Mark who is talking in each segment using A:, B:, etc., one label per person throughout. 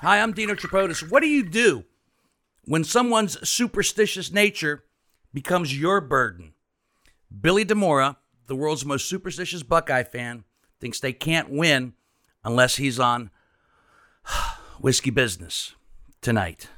A: Hi, I'm Dino Tripodis. What do you do when someone's superstitious nature becomes your burden? Billy DeMora, the world's most superstitious Buckeye fan, thinks they can't win unless he's on whiskey business tonight.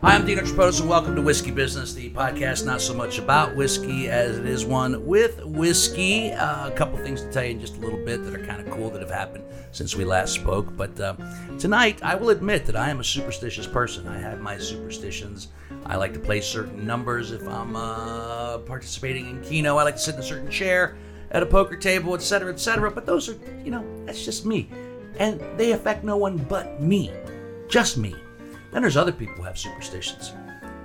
A: Hi, I'm Dino Tripodis, and welcome to Whiskey Business, the podcast not so much about whiskey as it is one with whiskey. Uh, a couple things to tell you in just a little bit that are kind of cool that have happened since we last spoke. But uh, tonight, I will admit that I am a superstitious person. I have my superstitions. I like to play certain numbers if I'm uh, participating in keno. I like to sit in a certain chair at a poker table, etc., etc. But those are, you know, that's just me, and they affect no one but me, just me. Then there's other people who have superstitions.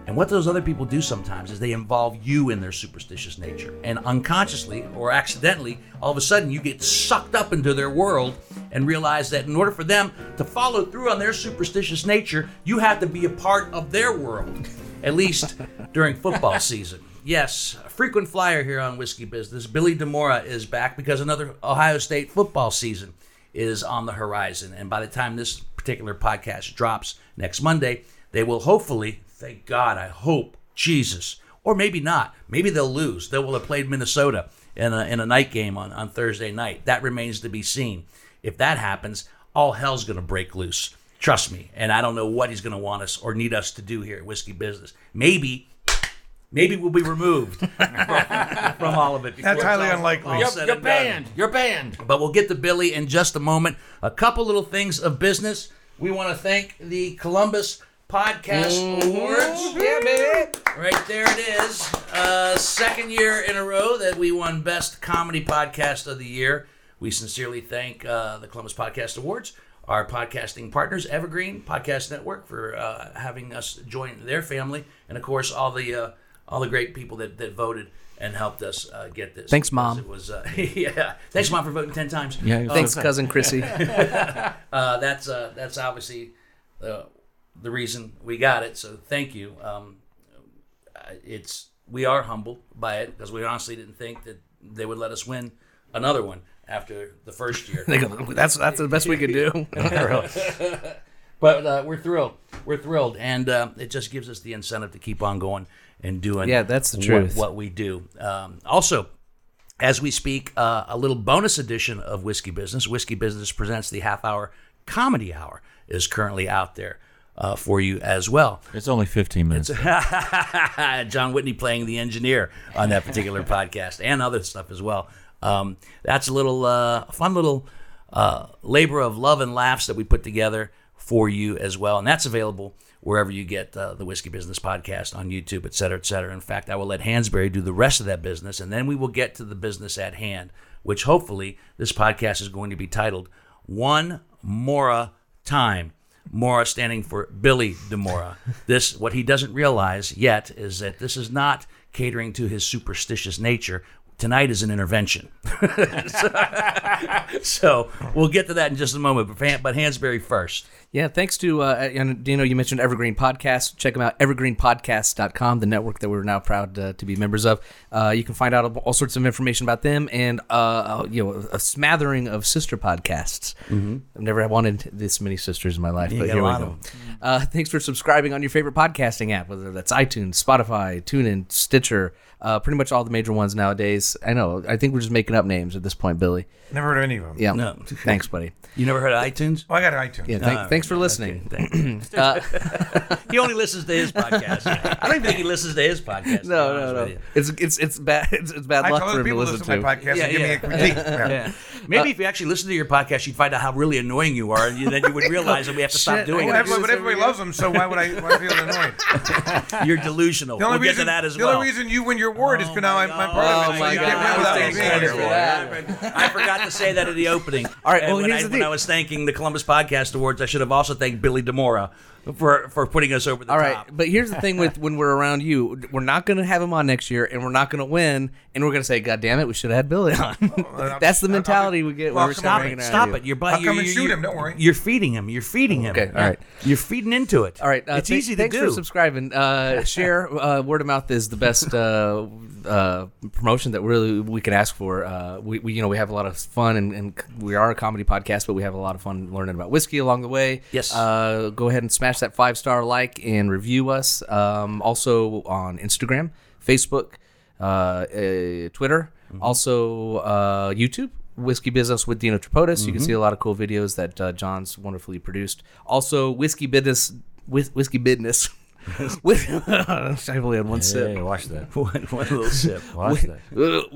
A: And what those other people do sometimes is they involve you in their superstitious nature. And unconsciously or accidentally, all of a sudden you get sucked up into their world and realize that in order for them to follow through on their superstitious nature, you have to be a part of their world, at least during football season. Yes, a frequent flyer here on Whiskey Business. Billy DeMora is back because another Ohio State football season is on the horizon. And by the time this particular podcast drops next Monday, they will hopefully, thank God, I hope, Jesus, or maybe not. Maybe they'll lose. They will have played Minnesota in a, in a night game on, on Thursday night. That remains to be seen. If that happens, all hell's going to break loose. Trust me. And I don't know what he's going to want us or need us to do here at Whiskey Business. Maybe. Maybe we'll be removed from, from all of it. before
B: That's
A: it's
B: highly
A: all-
B: unlikely.
A: all
B: You're-
A: said
C: You're
A: and done.
C: banned. You're banned.
A: But we'll get to Billy in just a moment. A couple little things of business. We want to thank the Columbus Podcast Awards. Right there it is. Uh, second year in a row that we won Best Comedy Podcast of the Year. We sincerely thank uh, the Columbus Podcast Awards, our podcasting partners, Evergreen Podcast Network, for uh, having us join their family, and of course all the uh, all the great people that, that voted and helped us uh, get this.
D: Thanks,
A: Because
D: Mom.
A: It was uh, yeah. Thanks, mom, for voting ten times.
D: Yeah, thanks, cousin Chrissy.
A: Uh, that's uh, that's obviously the the reason we got it. So thank you. Um, uh, it's we are humble by it because we honestly didn't think that they would let us win another one after the first year.
D: They go, that's that's the best we could do.
A: but uh, we're thrilled. We're thrilled, and uh, it just gives us the incentive to keep on going and doing.
D: Yeah, that's the
A: what-
D: truth.
A: What, we do. Um, also, as we speak, uh, a little bonus edition of Whiskey Business. Whiskey Business presents the half hour comedy hour is currently out there uh, for you as well.
E: It's only 15 minutes.
A: John Whitney playing the engineer on that particular podcast and other stuff as well. Um, that's a little uh, fun little uh, labor of love and laughs that we put together for you as well, and that's available wherever you get uh, the Whiskey Business podcast on YouTube, et cetera, et cetera. In fact, I will let Hansberry do the rest of that business, and then we will get to the business at hand, which hopefully this podcast is going to be titled "One Mora Time." Mora standing for Billy DeMora. This what he doesn't realize yet is that this is not catering to his superstitious nature. Tonight is an intervention. so we'll get to that in just a moment. But, Han- but Hansberry first.
D: Yeah, thanks to uh, and, you know you mentioned Evergreen Podcast. Check them out, evergreenpodcast.com, the network that we're now proud uh, to be members of. Uh, you can find out all sorts of information about them and uh, you know a smattering of sister podcasts. Mm-hmm. I've never wanted this many sisters in my life,
A: got
D: but here
A: a
D: we
A: lot
D: go.
A: of
D: Uh, thanks for subscribing on your favorite podcasting app, whether that's iTunes, Spotify, TuneIn, Stitcher, uh, pretty much all the major ones nowadays. I know. I think we're just making up names at this point, Billy.
B: Never heard of any of them.
D: Yeah.
A: No.
D: Thanks, buddy.
A: You never heard of iTunes?
B: Well, I got an iTunes.
D: Yeah. thank- thanks for listening.
A: he only listens to his podcast. I don't even think he listens to his podcast. to be
D: No,
A: honest
D: no,
A: with
D: no.
A: you.
D: It's it's it's bad. It's, it's bad
B: I
D: luck
B: tell
D: for
B: other
D: him to
B: people
D: listen to.
B: to my podcast
A: Yeah,
B: and give me
A: yeah.
B: a critique. Yeah.
A: Maybe if you actually listen to your podcast, you'd find out how really annoying you are, and you, then you would realize that we have to stop
D: Shit,
A: doing
B: Well,
A: it.
D: I
B: everybody, but everybody loves them, so why would I why feel annoyed?
A: You're delusional.
B: The only
A: We'll get to
B: reason
A: that as
B: the
A: well. Oh
B: only reason you win your award is because now I'm, I'm part of it.
D: Oh
B: so
D: my
B: you
D: God.
B: can't win without me
D: Thanks,
B: being
D: Andrew.
B: here.
D: for that.
A: I forgot to say that at the opening.
D: All right,
A: And
D: well,
A: when
D: here's
A: I,
D: the
A: when
D: thing.
A: I was thanking the Columbus Podcast Awards, I should have also thanked Billy Demora for for putting us over the
D: All right,
A: top.
D: but here's the thing with when we're around you, we're not going to have him on next year, and we're not going to win, and we're going to say, "God damn it, we should have had Billy on." That's the
B: I'll- I'll-
D: mentality we get.
B: Well,
D: when we're
B: come on,
A: Stop
D: hanging
A: it!
D: around
A: Stop
D: you.
A: it! You're bu-
B: I'll
A: you're,
B: come and
A: you're-
B: shoot him, don't worry.
A: You're feeding him. You're feeding him.
D: Okay, all right.
A: You're feeding into it.
D: All right, uh,
A: it's
D: th-
A: easy to
D: thanks
A: do.
D: for subscribing. Uh, share uh, word of mouth is the best uh, uh, promotion that really we can ask for. Uh, we, we you know we have a lot of fun and, and c- we are a comedy podcast, but we have a lot of fun learning about whiskey along the way.
A: Yes.
D: Uh, go ahead and smash that five star like and review us. Um, also on Instagram, Facebook, uh, uh, Twitter, also uh, YouTube. Whiskey Business with Dino Tripodis. You can see a lot of cool videos that uh, John's wonderfully produced. Also, Whiskey Business, with Whiskey Business. with, I only had one
C: Hey,
D: sip.
C: watch that.
A: one, one little sip.
C: Watch that.
D: Uh,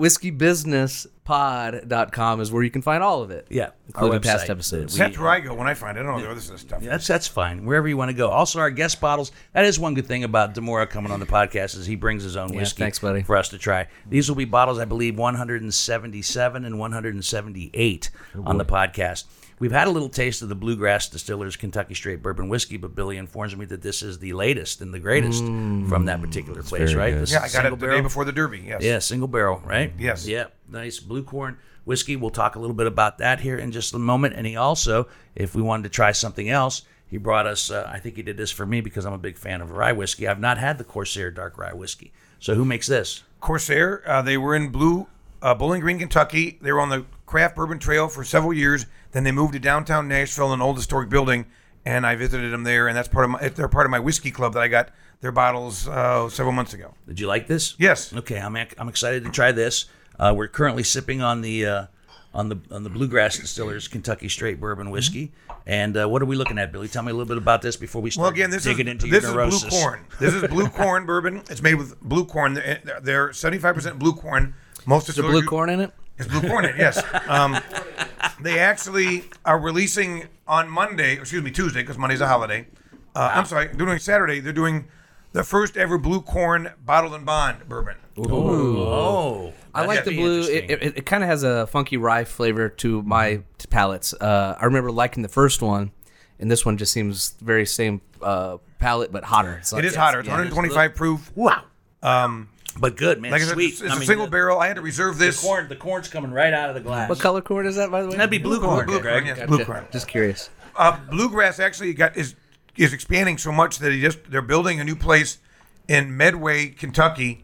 D: WhiskeyBusinessPod.com is where you can find all of it.
A: Yeah,
D: Including
A: our
D: past
A: website.
D: episodes.
A: We-
B: That's where I go when I find it. I don't know where this is stuff.
A: Yeah, That's that's fine. Wherever you want to go. Also, our guest bottles. That is one good thing about Demora coming on the podcast is he brings his own whiskey.
D: thanks, buddy.
A: For us to try. These will be bottles, I believe, 177 and 178 on the podcast. We've had a little taste of the Bluegrass Distillers Kentucky Straight Bourbon Whiskey, but Billy informs me that this is the latest and the greatest from that particular place,
C: very
A: right?
C: good.
A: This
B: Yeah,
A: is
B: I got
A: single
B: it the
A: barrel?
B: day before the Derby. Yes.
A: Yeah, single barrel, right?
B: Yes.
A: Yeah, nice blue corn whiskey. We'll talk a little bit about that here in just a moment. And he also, if we wanted to try something else, he brought us. Uh, I think he did this for me because I'm a big fan of rye whiskey. I've not had the Corsair dark rye whiskey. So who makes this?
B: Corsair. Uh, they were in Blue uh, Bowling Green, Kentucky. They were on the Craft Bourbon Trail for several years. Then they moved to downtown Nashville, an old historic building, and I visited them there. And that's part of my. They're part of my whiskey club that I got their bottles uh, several months ago.
A: Did you like this?
B: Yes.
A: Okay, I'm ec- I'm excited to try this. Uh, we're currently sipping on the. Uh, on the on the Bluegrass Distillers Kentucky Straight Bourbon Whiskey, and uh, what are we looking at, Billy? Tell me a little bit about this before we start
B: Well, again, this is
A: digging into
B: this
A: your
B: is
A: neurosis.
B: blue corn. This is blue corn bourbon. It's made with blue corn. They're- They're seventy-five percent blue corn. Most of
D: The blue corn in it.
B: It's Blue Cornet, yes. Um, they actually are releasing on Monday, excuse me, Tuesday, because Monday's a holiday. Uh, I'm sorry, they're doing Saturday. They're doing the first ever Blue Corn Bottled and Bond bourbon.
A: Oh,
D: I
A: that
D: like
A: should
D: the
A: be
D: blue.
A: interesting.
D: It, it, it kind of has a funky rye flavor to my t- palates. Uh, I remember liking the first one, and this one just seems very same uh, palate but hotter. It's like-
B: It is hotter. It's
D: yeah.
B: 125 proof.
A: Wow. but good, man.
B: Like I said,
A: Sweet.
B: it's, it's
A: I
B: a
A: mean,
B: single
A: the,
B: barrel. I had to reserve
A: The
B: this.
A: corn, the corn's coming right out of the glass.
D: What color corn is that, by the way?
A: That'd be blue, corn,
B: blue
A: Greg.
B: corn, yes, blue corn.
D: Just curious.
B: uh, bluegrass actually got is is expanding so much that he just they're building a new place in Medway, Kentucky,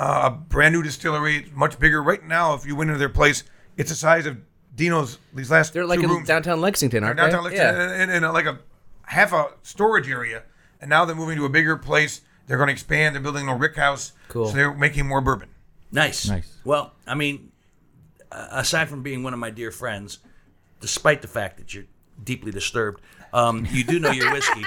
B: uh, a brand new distillery, It's much bigger. Right now, if you went into their place, it's the size of Dino's. These last
D: They're like
B: two
D: in
B: rooms.
D: downtown Lexington, aren't
B: downtown
D: they?
B: Lexington, and, and, and like a half a storage area, and now they're moving to a bigger place. They're going to expand. They're building a rick house.
D: Cool.
B: So they're making more bourbon.
A: Nice.
C: Nice.
A: Well, I mean, uh, aside from being one of my dear friends, despite the fact that you're deeply disturbed, um, you do know your whiskey.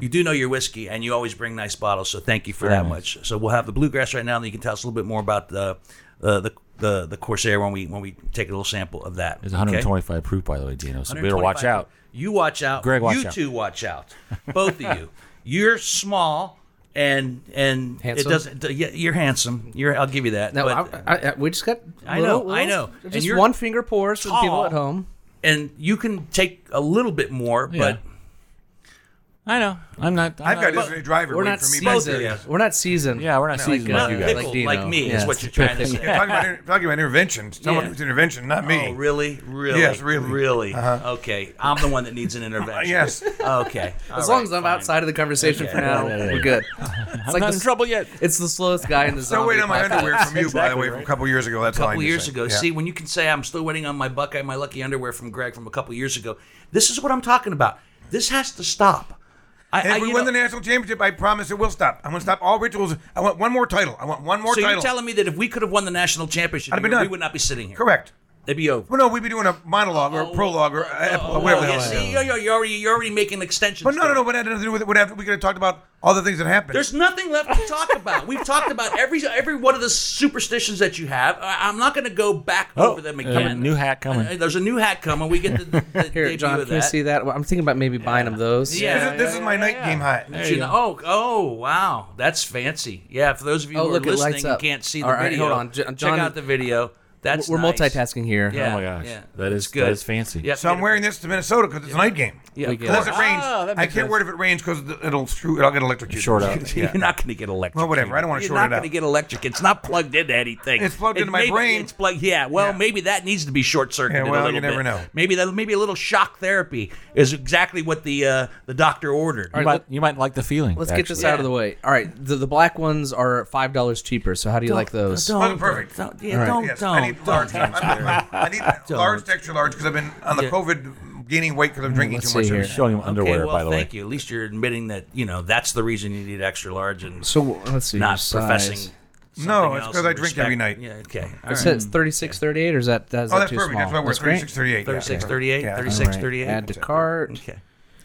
A: You do know your whiskey, and you always bring nice bottles. So thank you for that much. So we'll have the bluegrass right now, and you can tell us a little bit more about the uh, the the the Corsair when we when we take a little sample of that.
C: It's
A: okay?
C: 125 proof, by the way, Dino. So better watch
A: 125.
C: out.
A: You watch out.
C: Greg, watch
A: you
C: out.
A: two watch out. Both of you. You're small and and
D: Handsome?
A: it doesn't. yeah, You're handsome. You're. I'll give you that.
D: No,
A: but,
D: I, I, I, we just got.
A: I
D: little-
A: know, I
D: little-
A: know. And
D: Just
A: you're
D: one finger pours for the people
A: tall.
D: at home.
A: and you can take a little bit more,
C: Yeah. I know. I'm not. I'm
B: I've
C: not,
B: got this driver
D: We're
B: waiting
D: not
B: for me. back
D: seasoned.
B: there.
A: yes.
D: We're not seasoned.
C: Yeah, we're not
D: like,
C: seasoned
D: uh,
C: like you guys.
A: but pickled
D: Dino.
A: like me is
D: Yeah.
A: what you're trying to say.
B: Talking about, inter- talking about intervention. Someone
A: Yeah.
B: who's intervention, not me.
A: Oh, really? Really?
B: Yes, really. Uh-huh.
A: Really? Okay. I'm the one that needs an intervention.
B: Uh, Yes.
A: Okay.
D: As
A: All
D: long
A: right,
D: as I'm
A: fine.
D: outside of the conversation for now,
C: Yeah, yeah, yeah.
D: we're good. It's like
C: not
D: the-
C: in trouble yet.
D: It's the slowest guy in the
B: Still
D: zombie.
B: waiting on my
D: apocalypse.
B: underwear from you, by the way, from a couple years ago. That's all I
A: couple
B: need to
A: years
B: say.
A: ago.
B: Yeah.
A: See, when you can say I'm still waiting on my Buckeye, my lucky underwear from Greg from a couple years ago, this is what I'm talking about. This has to stop. I,
B: And
A: I-
B: if we
A: you
B: win
A: know-
B: the national championship, I promise it will stop. I'm going to stop all rituals. I want one more title. I want one more
A: so
B: title.
A: you're telling me that if we could have won the national championship,
B: I'd've been
A: here, we
B: done.
A: would not be sitting here.
B: Correct.
A: It'd be over.
B: Well, no, we'd be doing a monologue
A: Oh,
B: or a prologue or, a- or whatever the
A: yeah,
B: hell. it is.
A: see, you're, you're- you're already you're already making extensions.
B: But
A: to
B: no, no,
A: it.
B: no. But that had nothing to do with it. What happened- We could have talked about all the things that happened.
A: There's nothing left to talk about. We've talked about every every one of the superstitions that you have. I, I'm not going to go back
D: Oh,
A: over them
C: uh,
A: again.
C: new hat coming.
A: Uh, there's a new hat coming. We get the, the, the
D: Here,
A: debut
D: John,
A: of
D: can you
A: that.
D: see that? Well, I'm thinking about maybe buying him those.
A: Yeah.
B: this is, this is my night game high.
A: You know- oh, oh, wow, that's fancy. Yeah, for those of you
D: Oh,
A: who
D: look,
A: are
D: it lights
A: listening and
D: up.
A: can't see the
D: All right,
A: video,
D: hold on. Jo-
A: check
D: John-
A: out the video. That's
D: We're
A: nice.
D: multitasking here.
A: Yeah,
C: oh my gosh,
A: yeah.
C: that is
A: That's good.
C: that is fancy.
A: Yeah,
B: So I'm wearing this to Minnesota because it's a night game.
A: Yeah, of
B: Unless it
A: course. Ah,
B: rains,
C: Oh, that
B: I
C: makes
B: can't wear it if it rains because it'll screw. I'll get electrocuted.
C: Short out.
B: Yeah.
A: You're not going to get electric.
B: Well, whatever. I don't wanna
A: You're
B: short
A: not
B: it out.
A: going to get electric. It's not plugged into anything.
B: It's plugged
A: It
B: into my
A: maybe-
B: brain.
A: It's plugged. Yeah. Well,
B: Yeah.
A: maybe that needs to be short circuited.
B: Yeah, well,
A: a
B: you
A: little
B: never
A: bit.
B: know.
A: Maybe that. Maybe a little shock therapy is exactly what the uh, the doctor ordered.
C: You, might, you might like the feeling.
D: Let's get this
C: actually.
D: out of the way. All right, the, the black ones are five dollars cheaper. So how do you like those?
A: Don't,
B: Oh, perfect.
A: Don't, yeah, don't,
B: Yes,
A: don't.
B: I need large.
A: don't.
B: I I need large, to extra large because I've been on the COVID gaining weight because I'm drinking
D: let's
B: too much.
D: see
B: of
D: here.
B: it.
C: Showing him underwear,
A: okay, well,
C: by the way.
A: thank you. At least you're admitting that you know that's the reason you need extra large and
D: So let's see.
A: not
D: size.
A: professing.
B: No,
A: something
B: it's
A: else
B: because
A: in
B: I drink
A: respect-
B: every night.
A: Yeah. Okay. All
D: It
A: right.
D: says 36, 38, or is that that's
B: Oh, that's
D: too
B: perfect.
D: Small?
B: That's why we're
D: That's great.
B: 36, 38.
A: 36, 38,
B: Yeah.
A: 36,
D: All right,
A: 38.
D: Add to cart.
A: Okay.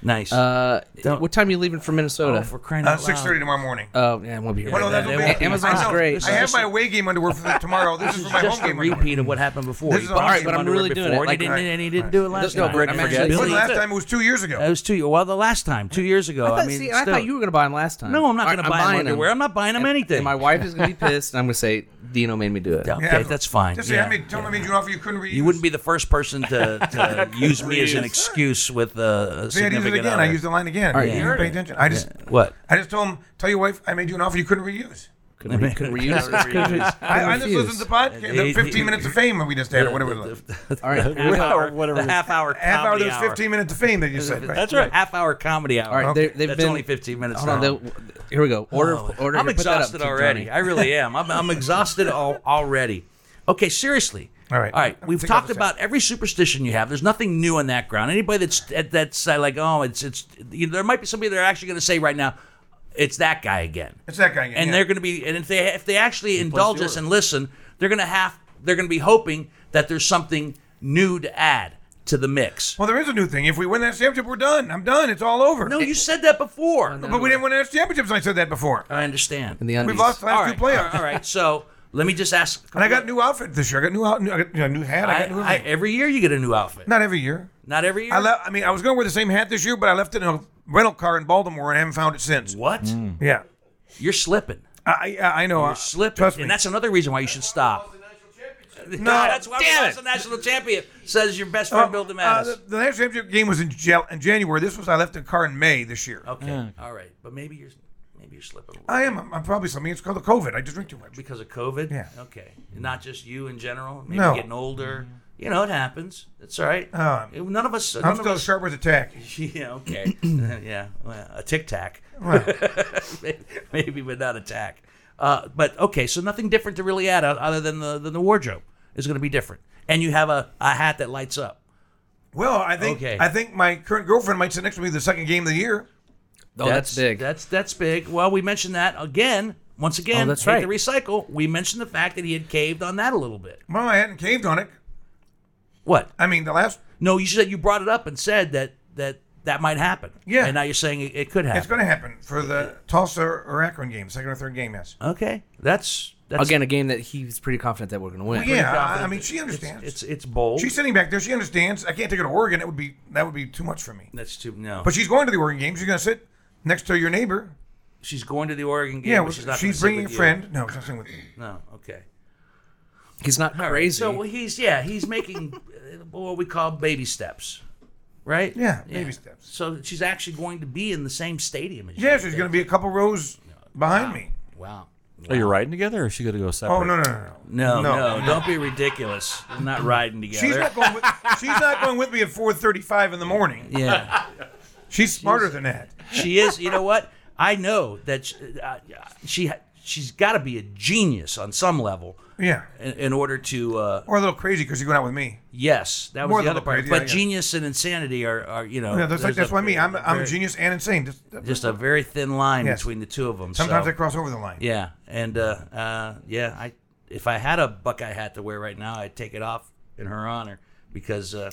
A: Nice.
D: Uh,
A: Don't-
D: what time are you leaving for
A: oh,
D: Minnesota?
A: for crying
B: Uh,
A: out
B: six
A: loud.
B: thirty tomorrow morning.
D: Oh, yeah, we'll be here.
B: Well, no,
A: yeah,
B: that'll
A: they
B: be-
A: won't-
D: Amazon's
B: I know.
D: great.
B: I have my away game underwear for the tomorrow. This is for my
A: just
B: home
A: a
B: game underwear.
A: repeat of what happened before.
B: This
A: He
B: is
A: bought
B: alright,
A: some
B: but I'm
A: underwear
D: really doing
A: before,
D: it
A: and he
D: like-
A: didn't, and he didn't do it last
D: No,
A: time.
D: Brett, I'm actually-
B: Well,
A: Billy,
B: the
D: Billy,
B: last
D: that's
B: time it was two years ago.
A: That was two. Well, the last time, two years ago. I,
D: I, thought,
A: mean,
D: see, I
A: still,
D: thought you were going to buy them last time.
A: No, I'm not
D: All
A: going
D: right,
A: to buy him
D: buying
A: underwear. I'm not buying him anything.
D: And my wife is going to be pissed, and I'm going to say Dino made me do it.
A: okay,
B: Yeah.
A: that's fine.
B: Just say
A: yeah.
B: how many, tell me how many you offer you couldn't read.
A: you wouldn't be the first person to, to use me as an
C: Please.
A: excuse with uh, a
B: See, I used it
A: significant
B: again. I
A: other.
B: used the line again.
D: right,
B: you
D: you
B: didn't
D: heard
B: pay
D: it.
B: attention. I just,
A: what?
B: I just told him, tell your wife, I made you an offer you couldn't refuse.
D: Couldn't, re- couldn't reuse it. Couldn't re-
B: I,
D: couldn't
B: I just
D: refuse.
B: listened to the podcast,
A: He-
B: the
A: he-
B: 15 minutes of fame that we just had, or whatever it was.
D: All right.
A: Half hour,
C: Or whatever.
A: the half hour comedy
B: Half hour, there was
A: hour.
B: 15 minutes of fame that you said. right?
C: That's right.
A: Half hour comedy hour.
D: All right, they- they've
A: That's
D: been-
A: only 15 minutes.
D: Hold on.
A: long.
D: they'll- Here we go. Order.
A: Oh,
D: order
A: I'm
D: here, put that up
A: exhausted
D: to
A: already.
D: Johnny.
A: I really am. I'm, I'm exhausted al- already. Okay, seriously.
B: All right.
A: All right.
B: I'll
A: We've
B: take
A: talked
B: off the
A: about every superstition you have. There's nothing new on that ground. Anybody that's that's uh, like, oh, it's it's. You know, there might be somebody that are actually going to say right now, it's that guy again.
B: It's that guy again.
A: and
B: yeah.
A: they're going to be, and if they if they actually indulge us and listen, they're going to have they're going to be hoping that there's something new to add to the mix.
B: Well, there is a new thing. If we win that championship, we're done. I'm done. It's all over.
A: No, you said that before.
B: But we didn't win that championships. I said that before.
A: I understand.
D: In the undies.
B: We've lost the
A: all
B: last
A: right,
B: two playoffs.
A: all right, all right. So let me just ask.
B: And I got a new outfit this year. I got new out. New, I got you know, new hat. I,
A: I,
B: got new.
A: I-
B: everything.
A: every year you get a new outfit.
B: Not every year.
A: Not every year.
B: I le- I mean, I was going to wear the same hat this year, but I left it in a rental car in Baltimore and I haven't found it since.
A: what?
B: Yeah,
A: You're slipping.
B: I I, I know. I-
A: Slipping.
B: Trust me.
A: and that's another reason why you should stop. No, that's why
B: damn
A: we lost
B: it.
A: the national champion. Says your best friend
B: Uh,
A: Bill
B: uh,
A: DeMattis.
B: the, the last championship game was in, Jal- in January. This was I left the car in May this year.
A: okay. All right. But maybe you're maybe you're slipping a little
B: I am. I'm, I'm probably something. It's called the COVID. I just drink too much.
A: because of COVID.
B: Yeah.
A: Okay. Not just you in general. Maybe
B: No.
A: getting older. You know it happens. It's all right.
B: Um,
A: None of us. None
B: I'm
A: of
B: still
A: us,
B: sharp with attack.
A: Yeah, okay. yeah, well, a tic tac. Maybe, but not attack. Uh, but okay, so nothing different to really add o- other than the, than the wardrobe is going to be different. And you have a, a hat that lights up.
B: Well, I think
A: Okay.
B: I think my current girlfriend might sit next to me the second game of the year.
A: Oh,
D: That's big.
A: That's that's big. Well, we mentioned that again. Once again,
D: Oh, that's
A: hate
D: right.
A: to recycle. We mentioned the fact that he had caved on that a little bit.
B: Well, I hadn't caved on it.
A: What?
B: I mean, the last
A: No, you said you brought it up and said that that that might happen.
B: Yeah.
A: And now you're saying it, it could happen.
B: It's going to happen for the Tulsa or Akron game, second or third game, yes.
A: okay, that's that's
D: Again, a game that he's pretty confident that we're going to win.
B: yeah, I, I
A: confident
B: mean, she
A: it's-
B: understands.
A: It's it's, bold.
B: she's sitting back there. She understands. I can't take her to Oregon. It would be that would be too much for me.
A: that's too no.
B: But she's going to the Oregon game. She's going to sit next to your neighbor.
A: She's going to the Oregon game.
B: Yeah,
A: but
B: well,
A: she's not
B: she's,
A: gonna sit
B: bringing a
A: with you.
B: friend. No, she's not sitting with me.
A: No, okay.
D: He's not crazy.
A: So well, he's yeah, he's making uh, what we call baby steps, right?
B: Yeah, baby steps.
A: So she's actually going to be in the same stadium as you.
B: Yeah, she's going to be a couple rows behind me.
A: Wow.
C: Are you riding together, or is she going to go separate?
B: Oh no no no no.
A: No, no,
B: No.
A: don't be ridiculous. We're not riding together.
B: She's not going. With, she's not going with me at 4:35 in the morning.
A: yeah,
B: She's smarter than that.
A: she is. You know what? I know that she, uh, she ha- she's got to be a genius on some level
B: Yeah,
A: in, in order to uh,
B: or a little crazy because you're going out with me.
A: Yes, that was
B: More
A: the
B: than
A: other part.
B: appropriate,
A: but
B: yeah, yeah.
A: genius and insanity are, are you know.
B: Yeah, that's like
A: there's
B: that's what I mean. I'm I'm a
A: very-
B: genius and insane. Just,
A: Just a very thin line
B: Yes.
A: between the two of them.
B: sometimes
A: so,
B: I cross over the line.
A: yeah, and uh, uh, yeah, I if I had a Buckeye hat to wear right now, I'd take it off in her honor because uh,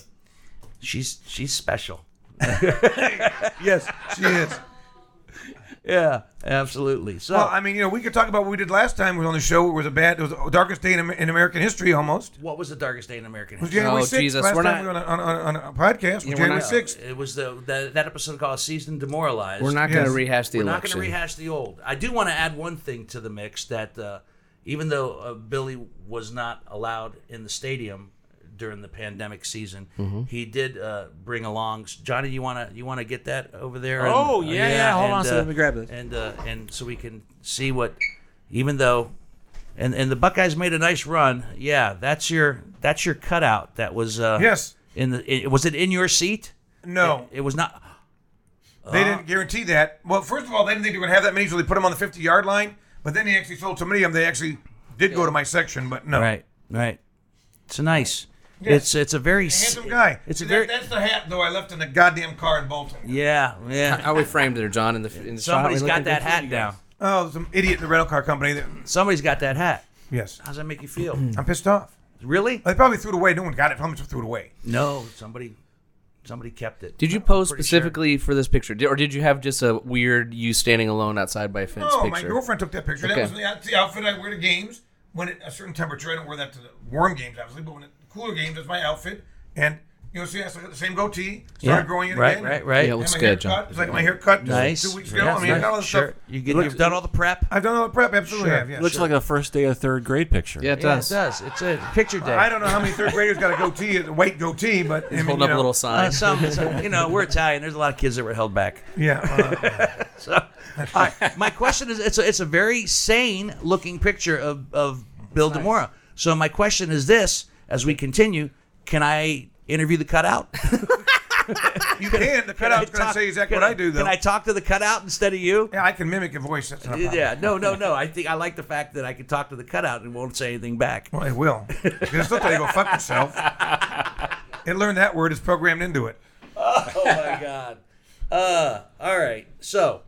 A: she's she's special.
B: Yes, she is.
A: Yeah, absolutely. So
B: Well, I mean, you know, we could talk about what we did last time we were on the show. It was a bad, it was the darkest day in, Amer- in American history almost. It
A: what was the darkest day in American
B: was
A: history?
B: January
D: Oh,
B: 6th.
D: Jesus,
B: Last
D: we're
B: time
D: not-
B: we were on, on, on a podcast was
D: Yeah, we're
B: January
D: not-
B: 6th.
A: It was the, the that episode called "Seasoned Demoralized."
D: We're not going to
B: Yes.
D: rehash the
A: We're not going to
D: election.
A: rehash the old. I do want to add one thing to the mix that uh, even though uh, Billy was not allowed in the stadium during the pandemic season,
D: Mm-hmm.
A: he did uh, bring along Johnny. You wanna you wanna get that over there? uh,
C: Oh, yeah, yeah, hold on a second, let me grab this.
A: And uh, and so we can see what, even though, and and the Buckeyes made a nice run. Yeah, that's your that's your cutout. That was uh,
B: Yes.
A: In the it, was it in your seat?
B: No,
A: It was not.
B: they didn't guarantee that. Well, first of all, they didn't think they were going to have that many, so they put them on the 50 yard line. But then they actually sold so many of them, they actually did go to my section, but no.
A: Right, right. It's a nice. It's it's a very s-
B: Handsome guy.
A: It's a
B: That-
A: very
B: that's the hat, though, I left in the goddamn car in Baltimore.
A: yeah yeah.
D: How we framed there, John? In the in the shot, we
A: Somebody's
D: look
A: got
D: at
A: that
D: the-
A: hat down.
B: Oh, some idiot in the rental car company. That,
A: Somebody's got that hat.
B: yes.
A: How's that make you feel?
B: I'm pissed off.
A: really?
B: They probably threw it away. No one got it. Probably just threw it away.
A: No, somebody somebody kept it.
D: Did you pose
A: Pretty sure.
D: specifically for this picture, Did- or did you have just a weird you standing alone outside by a fence
B: Oh, my
D: picture?
B: girlfriend took that picture.
D: Okay.
B: That was the, that's the outfit I wear to games when at a certain temperature. I don't wear that to the warm games, obviously, but when it cooler games, that's my outfit. And you know, see, I still got the same goatee. Started
A: Yeah.
B: growing it
A: Right,
B: again.
A: right, right.
D: Yeah,
A: Yeah,
D: it looks
B: and my
D: good,
B: haircut.
D: John.
B: It's like my haircut. just
A: nice.
B: Two weeks ago.
A: Yeah,
B: I mean, I
A: nice.
B: got all this
A: sure.
B: stuff.
A: You get,
B: Looks-
A: you've done all the prep.
B: I've done all the prep. Absolutely
A: Sure.
B: have. Yeah.
C: Looks
B: sure.
C: like a first day of third grade picture.
D: Yeah, it
A: Yeah,
D: does.
A: it does. It's a picture day.
B: I don't know how many third graders got a goatee, a white goatee, but I mean,
D: Hold
B: you
D: up a
B: know,
D: little sign.
A: Uh, some, some- you know, we're Italian. There's a lot of kids that were held back.
B: Yeah. uh,
A: So, all right, my question is, it's a, it's a very sane looking picture of of Bill Demora. So my question is this: as we continue, can I interview the cutout?
B: you can. The cutout's going to say exactly
A: can
B: what I do, though.
A: Can I talk to the cutout instead of you?
B: yeah, I can mimic a voice. That's not a problem.
A: Yeah, no, no, no. I think I like the fact that I can talk to the cutout and won't say anything back.
B: Well, it will. It'll still tell you to go fuck yourself. It learned that word. It's programmed into it.
A: Oh my god. Uh, all right. So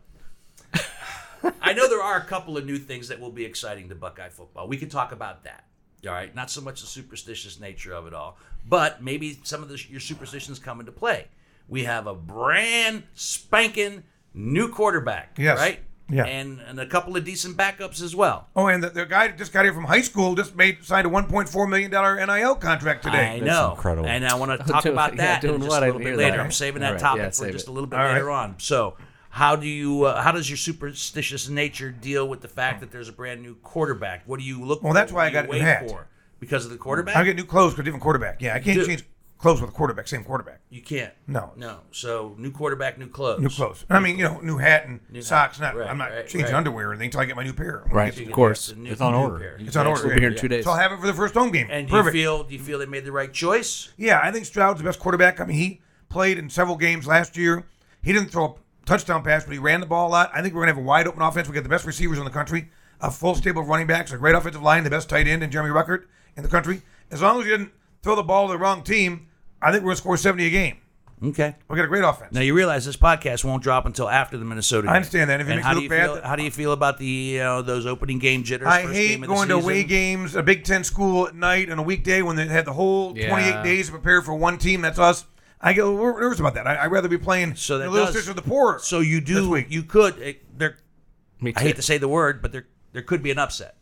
A: I know there are a couple of new things that will be exciting to Buckeye football. We can talk about that. All right. Not so much the superstitious nature of it all, but maybe some of the, your superstitions come into play. We have a brand spanking new quarterback.
B: Yes.
A: Right.
B: Yeah.
A: And and a couple of decent backups as well.
B: Oh, and the, the guy that just got here from high school just made signed a one point four million dollar NIL contract
A: I
B: today.
A: know.
C: incredible.
A: And I want to talk
D: doing-
A: about
D: yeah,
A: that in
D: doing
A: just
D: what?
A: a
D: I
A: little
D: didn't
A: bit
D: hear
A: later.
D: that.
A: I'm saving that
D: All right,
A: topic
D: yeah,
A: for
D: save
A: just
D: it.
A: a little bit
B: All right.
A: later on. So, how do you? Uh, how does your superstitious nature deal with the fact that there's a brand new quarterback? What do you look?
B: Well,
A: for?
B: that's
A: What
B: why I
A: do you
B: got a new
A: wait
B: hat.
A: for because of the quarterback.
B: I get new clothes with a different quarterback. Yeah, I can't
A: Dude.
B: change clothes with a quarterback. Same quarterback.
A: you can't.
B: No.
A: No. So new quarterback, new clothes.
B: New clothes. I mean, you know, new hat and socks. Not,
A: Right,
B: I'm not
A: right,
B: changing
A: right.
B: underwear or anything until I get my new pair. When I
D: Right,
B: get
D: of
B: the-
D: course.
A: New-
C: It's on
A: new
C: order.
A: pair.
B: It's on order.
D: We'll be here in two days.
B: So I'll have it for the first home game.
A: And do you
B: Perfect.
A: feel? Do you feel they made the right choice?
B: Yeah, I think Stroud's the best quarterback. I mean, he played in several games last year. He didn't throw a touchdown pass, but he ran the ball a lot. I think we're going to have a wide open offense. We got the best receivers in the country, a full stable of running backs, a great offensive line, the best tight end, and Jeremy Ruckert in the country. As long as you didn't throw the ball to the wrong team, I think we're going to score 70 a game.
A: Okay.
B: We got a great offense.
A: Now you realize this podcast won't drop until after the Minnesota. game.
B: understand that. If it
A: And
B: makes
A: how
B: you
A: do you
B: look bad,
A: feel?
B: that-
A: How do you feel about the uh, those opening game jitters?
B: I
A: first
B: hate
A: game of the
B: going to away
A: season?
B: games, a Big Ten school at night on a weekday when they had the whole
D: Yeah.
B: 28 days to prepare for one team. That's us. I get a little nervous about that. I, I'd rather be playing
A: So that
B: the little
A: does-
B: sister of the poor.
A: So you
B: this
A: do.
B: week.
A: You could. It, there.
D: Me too.
A: I hate to say the word, but there there could be an upset.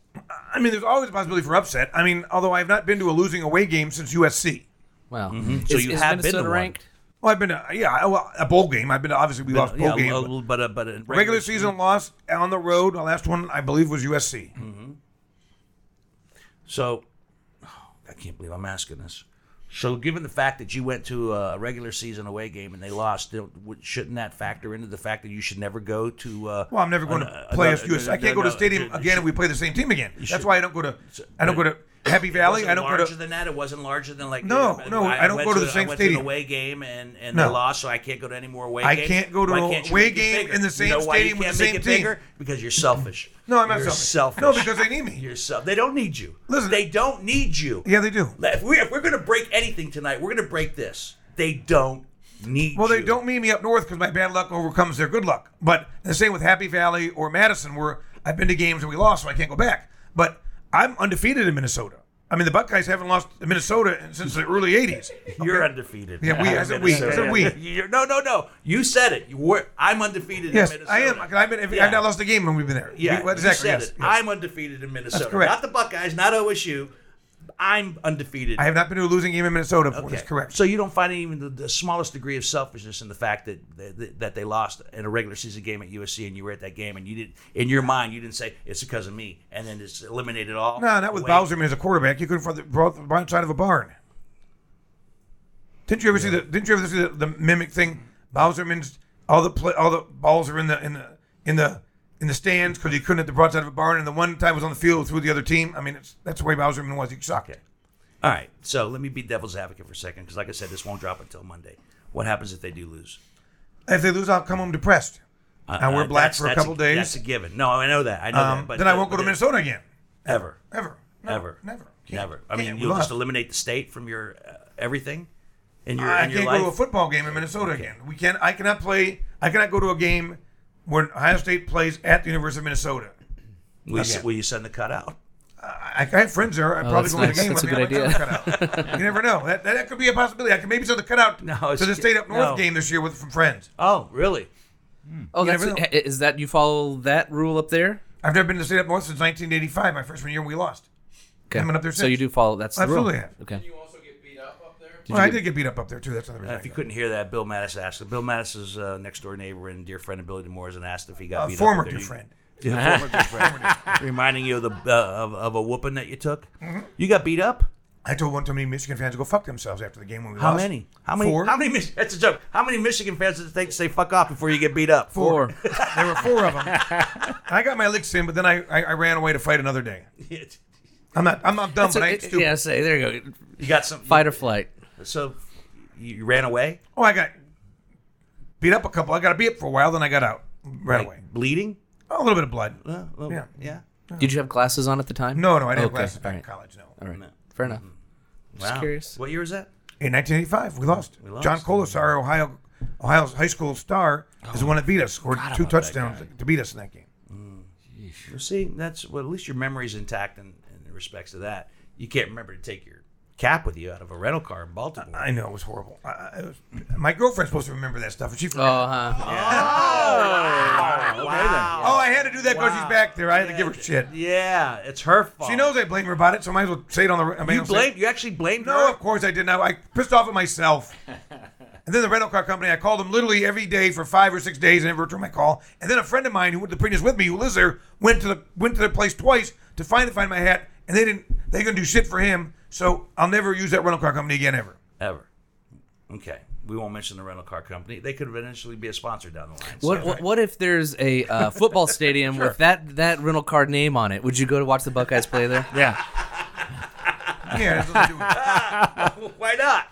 B: I mean, there's always a possibility for upset. I mean, although I've not been to a losing away game since USC.
D: Wow.
A: Mm-hmm. So
D: Is-
A: you
D: is
A: have been to
D: Minnesota
A: one.
D: ranked?
B: Well, I've been to, yeah, well, a bowl game. I've been to, obviously we lost bowl
A: Yeah,
B: game.
A: a
B: but
A: little, but a, but a
B: regular season loss on the road. The last one I believe was USC.
A: So, I can't believe I'm asking this. So, given the fact that you went to a regular season away game and they lost, don't- would- shouldn't that factor into the fact that you should never go to? Uh,
B: Well, I'm never going to play us USC. I can't go to the stadium again if we play the same team again. That's why I don't go to. I don't go to Happy Valley. I don't go
A: larger
B: to.
A: than that. It wasn't larger than like
B: No,
A: uh,
B: no, I don't
A: went
B: go to the
A: I
B: same
A: went
B: stadium.
A: To an away game and and
B: No.
A: they lost, so I can't go to any more away.
B: I
A: games.
B: can't go to
A: Why
B: an
A: can't you
B: away
A: make it
B: game
A: bigger?
B: in the same
A: you know why you
B: stadium with
A: can't
B: the
A: make
B: same
A: it
B: team?
A: Bigger? Because you're selfish.
B: No, I'm not
A: You're
B: selfish.
A: selfish.
B: No, because they need me.
A: you're self. They don't need you.
B: Listen-
A: they don't need you.
B: Yeah, they do.
A: If, we, if we're going to break anything tonight, we're going to break this. They don't need.
B: Well, they
A: you.
B: don't meet me up north because my bad luck overcomes their good luck. But the same with Happy Valley or Madison, where I've been to games and we lost, so I can't go back. But I'm undefeated in Minnesota. I mean, the Buckeyes haven't lost in Minnesota since the early '80s.
A: You're undefeated.
B: Yeah, we- I said we. I said
A: Minnesota.
B: we.
A: You're- no, no, no. You said it. You were, I'm undefeated
B: Yes,
A: in Minnesota.
B: I am. 'cause I've been. I've
A: Yeah.
B: not lost a game when we've been there.
A: Yeah,
B: We- well, exactly.
A: you said
B: yes,
A: it.
B: yes.
A: I'm undefeated in Minnesota.
B: correct.
A: Not the Buckeyes, not OSU. I'm undefeated.
B: I have not been to a losing game in Minnesota before. That's correct.
A: So you don't find even the, the smallest degree of selfishness in the fact that, that that they lost in a regular season game at USC, and you were at that game, and you didn't. In your mind, you didn't say it's because of me, and then just eliminate it all.
B: no, not with
A: away.
B: Bowser as a quarterback. You couldn't throw the throw the blind side of a barn. Didn't you ever see the? Didn't you ever see the, the mimic thing? Bowserman's all the play, all the balls are in the in the in the in the stands because he couldn't hit the broadside of a barn, and the one time it was on the field through the other team. I mean, it's, that's the way Bowserman was. He sucked.
A: All right, so let me be devil's advocate for a second, because like I said, this won't drop until Monday. What happens if they do lose?
B: If they lose, I'll come home depressed. and we're
A: Uh,
B: black
A: that's-
B: for a
A: that's
B: couple days.
A: That's a given. No, I know that. I know
B: um,
A: that. But
B: then I won't go
A: but
B: to Minnesota again.
A: ever,
B: Ever. No,
A: ever,
B: Never. Can't-
A: never. I
B: can't.
A: mean,
B: We
A: you'll just
B: lost.
A: eliminate the state from your uh, everything in your
B: I
A: in your
B: can't
A: life.
B: go to a football game in Minnesota again. We can I cannot play. I cannot go to a game when Ohio State plays at the University of Minnesota.
A: will, you, s-
B: again.
A: will you send the cutout?
B: I, I have friends there.
A: Oh,
B: I'm probably
D: that's
B: going
D: nice.
B: to the
D: That's a
B: game. I mean,
D: good
B: I might send a cutout. you never know. That, that, that could be a possibility. I could maybe send a cutout
A: No,
B: to
A: it's
B: the
A: just-
B: State Up North
A: no.
B: game this year with some friends.
A: Oh, really?
D: Oh, that's
B: never know.
D: is that you follow that rule up there?
B: I've never been to State Up North since 1985, my freshman year, when we lost.
D: Okay.
B: Haven't been up there
D: so you
B: since.
D: do follow that's the rule.
B: Absolutely have.
D: Okay.
E: You also get beat up up there.
B: well, I did get beat up up there too. That's another reason.
A: Uh, If you
B: I
A: couldn't hear that, Bill Mattis asked. Bill Mattis is uh, next door neighbor and dear friend of Billy DeMore's and asked if he got
B: got- a
A: beat
B: former
A: up.
B: dear
A: There you-
B: friend.
A: Yeah, former dear friend. Reminding you of the uh, of, of a whooping that you took.
B: Mm-hmm.
A: You got beat up.
B: I told one too many Michigan fans to go fuck themselves after the game when we
A: How
B: lost.
A: many? How many?
B: Four.
A: How many? Mich- That's a joke. How many Michigan fans did it take to say "fuck off" before you get beat up?
D: Four.
B: There were four of them. I got my licks in, but then I, I, I ran away to fight another day.
A: you
B: I'm not I'm not dumb, but I ain't stupid.
D: yeah, say there you go.
A: got some
D: Fight or flight.
A: So you you ran away,
B: Oh, I got beat up a couple. I got beat up for a while, then I got out, ran away.
A: bleeding.
B: Oh, a little bit of blood.
A: Uh, well,
B: Yeah.
A: yeah.
D: Did you have glasses on at the time?
B: No, no, I didn't
D: Okay,
B: have glasses back in
D: alright.
B: college. No,
D: All right.
A: No.
D: Fair enough.
A: Wow.
D: curious.
A: What year was that?
B: in 1985, we lost.
A: lost.
B: John Colasar, our Ohio Ohio's high school star, is the one that beat us. Scored two touchdowns to beat us in that game.
A: Well, see, that's well. At least your memory's intact in, in respects to that. You can't remember to take your cap with you out of a rental car in Baltimore.
B: I know it was horrible. I, I- it was, my girlfriend's supposed to remember that stuff, and she
D: Oh,
B: forgot.
D: uh,
A: uh-huh. wow.
B: oh, I had to do that because she's
A: Wow.
B: back there. I had to give her shit.
A: Yeah, it's her fault.
B: She knows I blame her about it, so I might as well say it on the. I mean,
A: You
B: I'll say-
A: blamed. You actually blamed
B: No,
A: her.
B: of course I didn't. I, I pissed off at myself. and then the rental car company, I called them literally every day for five or six days and never returned my call. And then a friend of mine who went to the previous with me, who lives there, went to the went to the place twice to find to find my hat, and they didn't they couldn't do shit for him. So I'll never use that rental car company again ever.
A: Ever. Okay. We won't mention the rental car company. They could eventually be a sponsor down the line. so-
D: what, what what if there's a uh, football stadium with that that rental car name on it? Would you go to watch the Buckeyes play there?
C: Yeah.
B: Yeah, that's what I
A: Why not?
B: do.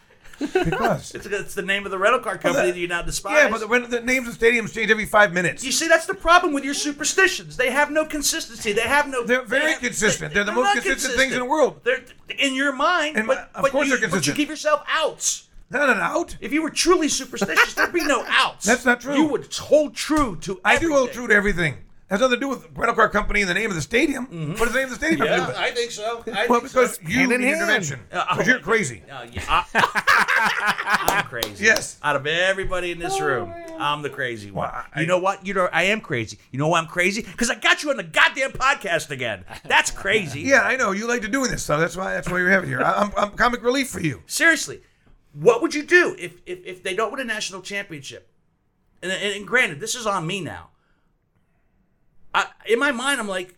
B: because.
A: It's, it's the name of the rental car company that you now despise.
B: Yeah, but the, when the names of stadiums change every five minutes.
A: You see, that's the problem with your superstitions. They have no consistency. They have no.
B: They're very
A: they have-
B: consistent. They're the most
A: not
B: consistent things in the world.
A: They're in your mind,
B: In my-
A: but,
B: of
A: but
B: course
A: you,
B: they're
A: but you
B: consistent.
A: give yourself outs.
B: Not an out.
A: If you were truly superstitious, there'd be no outs.
B: That's not true.
A: You would hold true to.
B: I do hold
A: everything.
B: true to everything. Has nothing to do with rental car company and the name of the stadium. What does the name of the stadium have to do with it?
A: Mm-hmm. I think so. I
B: Well,
A: think
B: because
A: so.
B: you
D: hand in
B: need
D: hand.
B: intervention.
A: Uh,
B: Because you're crazy.
A: Uh, yeah, I, am crazy.
B: Yes. Oh,
A: Out of everybody in this room, I'm the crazy one.
B: Well, I-
A: you know what? You know I am crazy. You know why I'm crazy? Because I got you on the goddamn podcast again. That's crazy.
B: Yeah, I know. You like to doing this stuff. That's why. That's why you have it here. I- I'm, I'm comic relief for you.
A: Seriously, what would you do if if, if they don't win a national championship? And, and, and granted, this is on me now. I, in my mind, I'm like,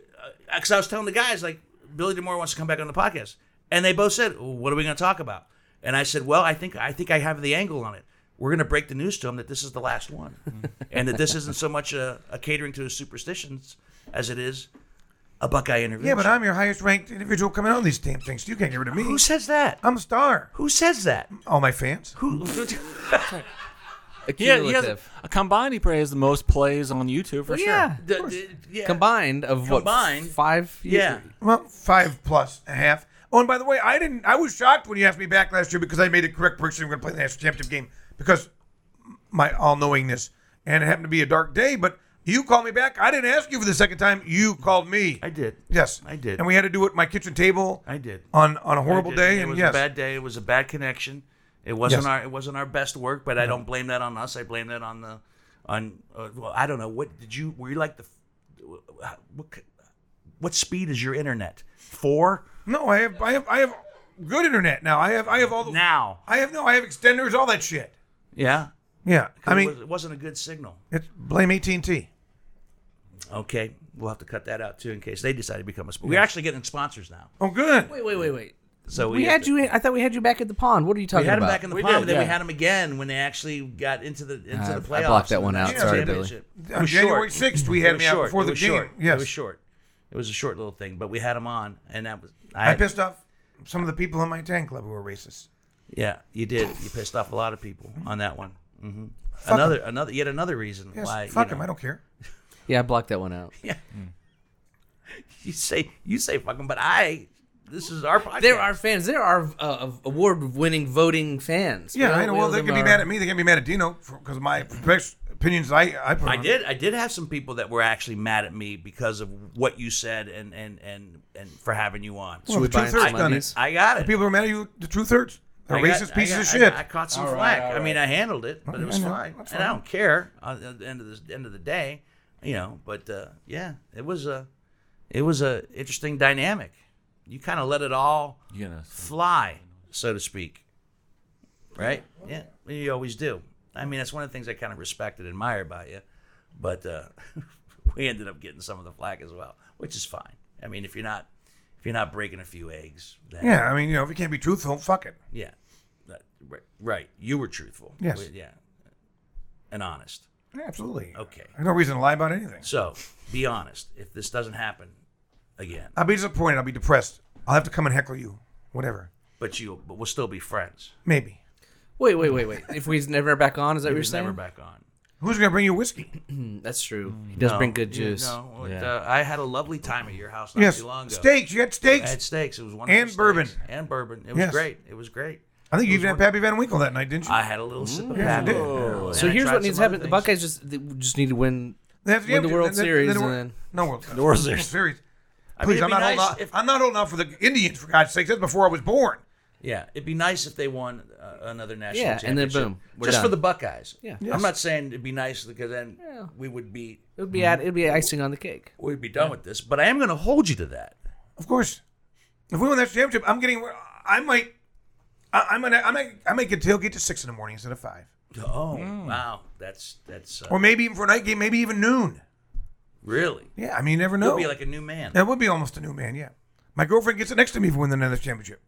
A: because I was telling the guys, like, Billy DeMore wants to come back on the podcast, and they both said, well, "What are we going to talk about?" And I said, "Well, I think I think I have the angle on it. We're going to break the news to them that this is the last one, and that this isn't so much a, a catering to his superstitions as it is a Buckeye interview."
B: Yeah, but I'm your highest ranked individual coming on these damn things. You can't get rid of me.
A: who says that?
B: I'm a star.
A: Who says that?
B: All my fans.
A: Who?
C: He has, he has-
D: Cumulative.
C: combined. He probably has the most plays on YouTube for
D: Yeah.
C: sure.
A: the- the- yeah.
D: Combined of what?
A: Combined.
D: Five.
A: Yeah.
B: Well, five plus a half. Oh, and by the way, I didn't. I was shocked when you asked me back last year because I made a correct prediction. We're going to play the national championship game because my all knowingness, and it happened to be a dark day. But you called me back. I didn't ask you for the second time. You called me.
A: I did.
B: Yes,
A: I did.
B: And we had to do it at my kitchen table.
A: I did.
B: on on a horrible
A: I did.
B: day.
A: It
B: and
A: was
B: yes,
A: a bad day. It was a bad connection. It wasn't
B: Yes.
A: our it wasn't our best work, but I don't blame that on us. I blame that on the on uh, well, I don't know what did you were you like the f- what c- what speed is your internet? 4?
B: No, I have, I have, I have good internet now. I have I have all the
A: Now.
B: I have no I have extenders, all that shit.
C: Yeah.
B: Yeah, I
A: it, was,
B: mean,
A: it wasn't a good signal.
B: it's blame AT and T.
A: Okay, we'll have to cut that out too in case they decide to become a sponsor. We're actually getting sponsors now.
B: Oh, good.
D: Wait, wait, wait, wait.
A: So we,
D: We
A: have
D: had
A: to-
D: you. I thought we had you back at the pond. What are you
A: We
D: talking
A: had
D: about?
A: them back in the
C: We
A: pond,
C: did,
A: and then we
C: yeah.
A: had them again when they actually got into the into
D: I-
A: the
D: I
A: playoffs.
D: blocked that
A: and
D: one
A: the
D: out.
A: national
D: Sorry, Billy.
A: championship. It
B: On
A: was
B: January
A: short.
B: sixth, we
A: It
B: had him
A: was
B: out
A: short.
B: before
A: It
B: the
A: was
B: game.
A: short.
B: Yes,
A: It was short. It was a short little thing, but we had them on, and that was I,
B: I pissed off some of the people in my tan club who were racist.
A: Yeah, you did. You pissed off a lot of people on that one. hmm Another, another, yet another reason
B: Yes,
A: why.
B: fuck
A: you
B: them.
A: know,
B: I don't care.
D: Yeah, I blocked that one out.
A: You say you say fuck them, but I. This is our podcast.
D: There are fans. There are uh, award-winning voting fans.
B: Yeah,
D: We all-
B: I know.
D: we
B: Well,
D: all
B: they
D: of
B: can
D: them
B: be
A: uh,
D: are-
B: mad at me. They can be mad at Dino because my pers- opinions. I I, put
A: I
B: on.
A: did. I did have some people that were actually mad at me because of what you said and and and and for having you on.
B: Well,
D: we
B: the
D: buy
B: truth
D: into
B: hurts, doesn't
D: Mondays?
B: it?
A: I got it.
B: People who are mad at you. The truth hurts. They're
A: I got-
B: racist
A: I
B: pieces
A: got-
B: of
A: I-
B: shit.
A: I, caught some
C: All right,
A: flack.
C: all
A: I mean, I handled it, but it was
B: I know.
A: fine,
B: That's
A: and I
B: fine.
A: don't care uh, at the end of the end of the day, you know. But uh, yeah, it was a it was a interesting dynamic. You kind of let it all
C: You gonna s-
A: fly, so to speak, right? Yeah, you always do. I mean, that's one of the things I kind of respect and admire about you. But uh, we ended up getting some of the flack as well, which is fine. I mean, if you're not if you're not breaking a few eggs, then
B: Yeah, I mean, you know, if you can't be truthful, fuck it.
A: yeah. That- right, right. You were truthful.
B: Yes.
A: We- Yeah. And honest.
B: Yeah, absolutely.
A: Okay.
B: There's no reason to lie about anything.
A: So be honest. If this doesn't happen again,
B: I'll be disappointed. I'll be depressed. I'll have to come and heckle you. Whatever.
A: but you, but we'll still be friends.
B: Maybe.
D: Wait, wait, wait, wait. If he's never back on, is that what
A: He
D: you're
A: was
D: saying?
A: never back on.
B: Who's gonna bring you whiskey?
D: That's true. He does
A: No.
D: bring good
A: You-
D: juice.
A: No, it,
C: Yeah.
A: uh, I had a lovely time at your house not
B: yes.
A: too long ago.
B: Steaks. You had
A: I
B: steaks.
A: had steaks. It was wonderful.
B: And
A: steaks.
B: bourbon.
A: And bourbon. It was
B: Yes.
A: great. It was great.
B: I think you even had Pappy Van Winkle that night, didn't you?
A: I had a little sip of
B: Yes, you
A: that.
B: did.
D: So here's what needs to happen. The Buckeyes just they just need to win.
B: That's
D: Win the World Series
B: the
D: and
B: Wor-
D: then-
B: no World Series.
C: World Series.
A: mean,
B: Please,
A: it'd
B: I am
A: be
B: not
A: nice
B: holding out.
A: if-
B: I'm not holding out for the Indians for God's sake. That's before I was born.
A: Yeah, it'd be nice if they won uh, another national
D: Yeah,
A: championship.
D: and then boom, we're
A: just for
D: done.
A: the Buckeyes.
D: Yeah.
A: I'm not saying it'd be nice because then
D: Yeah.
A: we would be
D: It would be at, it'd be icing on the cake.
A: we'd be done with this. But I am going to hold you to that.
B: Of course, if we win that championship, I'm getting. I might. I, I'm gonna. I might. I might get tailgate to six in the morning instead of five,
A: Oh wow, that's that's uh,
B: or maybe even for a night game, maybe even noon.
A: really
B: Yeah, I mean, you never
A: you'll
B: know.
A: be like a new man
B: that would be almost a new man. Yeah, my girlfriend gets it next to me if we win another championship.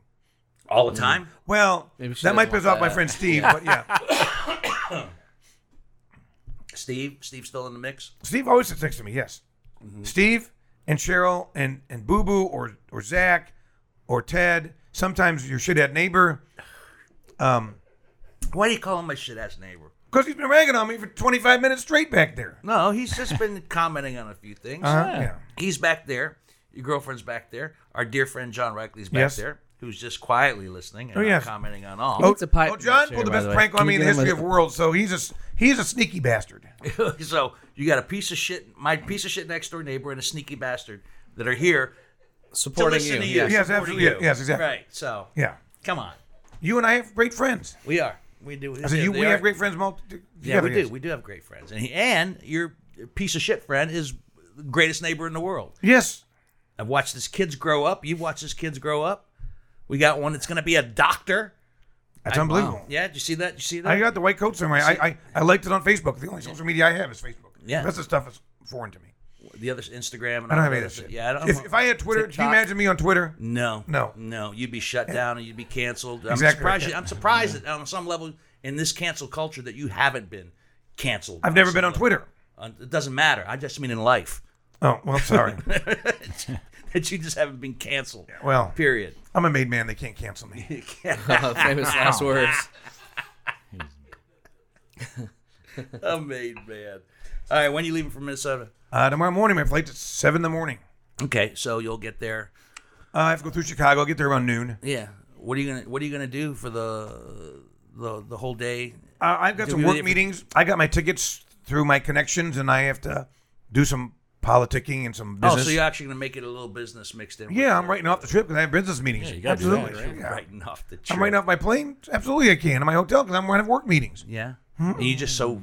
A: all the time.
B: Well,
D: Maybe she
B: that might
D: doesn't
B: piss
D: want
B: off my
D: that.
B: friend Steve, but yeah,
A: Steve, Steve's still in the mix.
B: Steve always sits next to me. Yes,
D: Mm-hmm.
B: Steve and Cheryl and and Boo Boo or or Zach or Ted. Sometimes your shithead neighbor.
A: Why do you call him my shit ass neighbor?
B: Because he's been ragging on me for 25 minutes straight back there.
A: No, he's just been commenting on a few things.
B: Uh, yeah.
A: He's back there. Your girlfriend's back there. Our dear friend John Reckley's back
B: Yes.
A: there, who's just quietly listening and
B: Oh,
A: not
B: yes.
A: commenting on all.
B: Oh,
D: It's a pipe
B: oh, John
D: chair,
B: pulled the
D: by
B: best
D: the way.
B: prank on
D: Can
B: me
D: you
B: in the
D: get him
B: history
D: a-
B: of the world. So he's a he's a sneaky bastard.
A: so you got a piece of shit, my piece of shit next door neighbor, and a sneaky bastard that are here to
D: Supporting
A: listen to you.
D: yes.
B: Yes,
A: supporting
B: absolutely.
A: you.
B: Yes, exactly.
A: Right. So
B: Yeah,
A: come on,
B: you and I have great friends.
A: we are. We do.
B: I said you, we have great friends. Multi-
A: Yeah,
B: together,
A: we
B: yes.
A: do. We do have great friends, and he, and your piece of shit friend is the greatest neighbor in the world.
B: Yes,
A: I've watched his kids grow up. You've watched his kids grow up. We got one that's going to be a doctor.
B: that's unbelievable.
A: Yeah, did you see that? Did you see that?
B: I got the white coat somewhere. I, I I liked it on Facebook. The only social media I have is Facebook.
A: Yeah.
B: that's the stuff that's foreign to me.
A: the other Instagram. And all
B: I don't have any
A: that
B: of that
A: other-
B: shit.
A: Yeah, I don't.
B: if, if I had Twitter, can you
D: TikTok.
B: imagine me on Twitter?
A: No,
B: No.
A: no. You'd be shut down and you'd be canceled. I'm
B: Exactly.
A: surprised. You, I'm surprised that on some level in this cancel culture that you haven't been canceled.
B: I've never
A: some
B: been on
A: level.
B: Twitter.
A: Uh, It doesn't matter. I just mean in life
B: Oh well, sorry.
A: that you just haven't been canceled.
B: well,
A: Period.
B: I'm a made man. They can't cancel me.
D: Uh, famous last words.
A: A made man. All right. When you leaving from Minnesota?
B: Uh, tomorrow morning, my flight's at seven in the morning.
A: Okay, so you'll get there.
B: Uh, I have to go through Chicago. I'll get there around noon.
A: Yeah. What are you gonna What are you gonna do for the the the whole day?
B: Uh, I've got
A: Do
B: some
A: we
B: work
A: leave-
B: meetings. I got my tickets through my connections, and I have to do some politicking and some
A: Oh,
B: business.
A: so you're actually gonna make it a little business mixed in. with
B: yeah, I'm
A: your-
B: writing off the trip because I have business meetings.
C: Yeah, you gotta do
B: Absolutely.
C: that, right?
B: Yeah.
A: Writing off the. Trip.
B: I'm writing off my plane. Absolutely, I can. In my hotel because I'm running work meetings.
A: Yeah. And you just so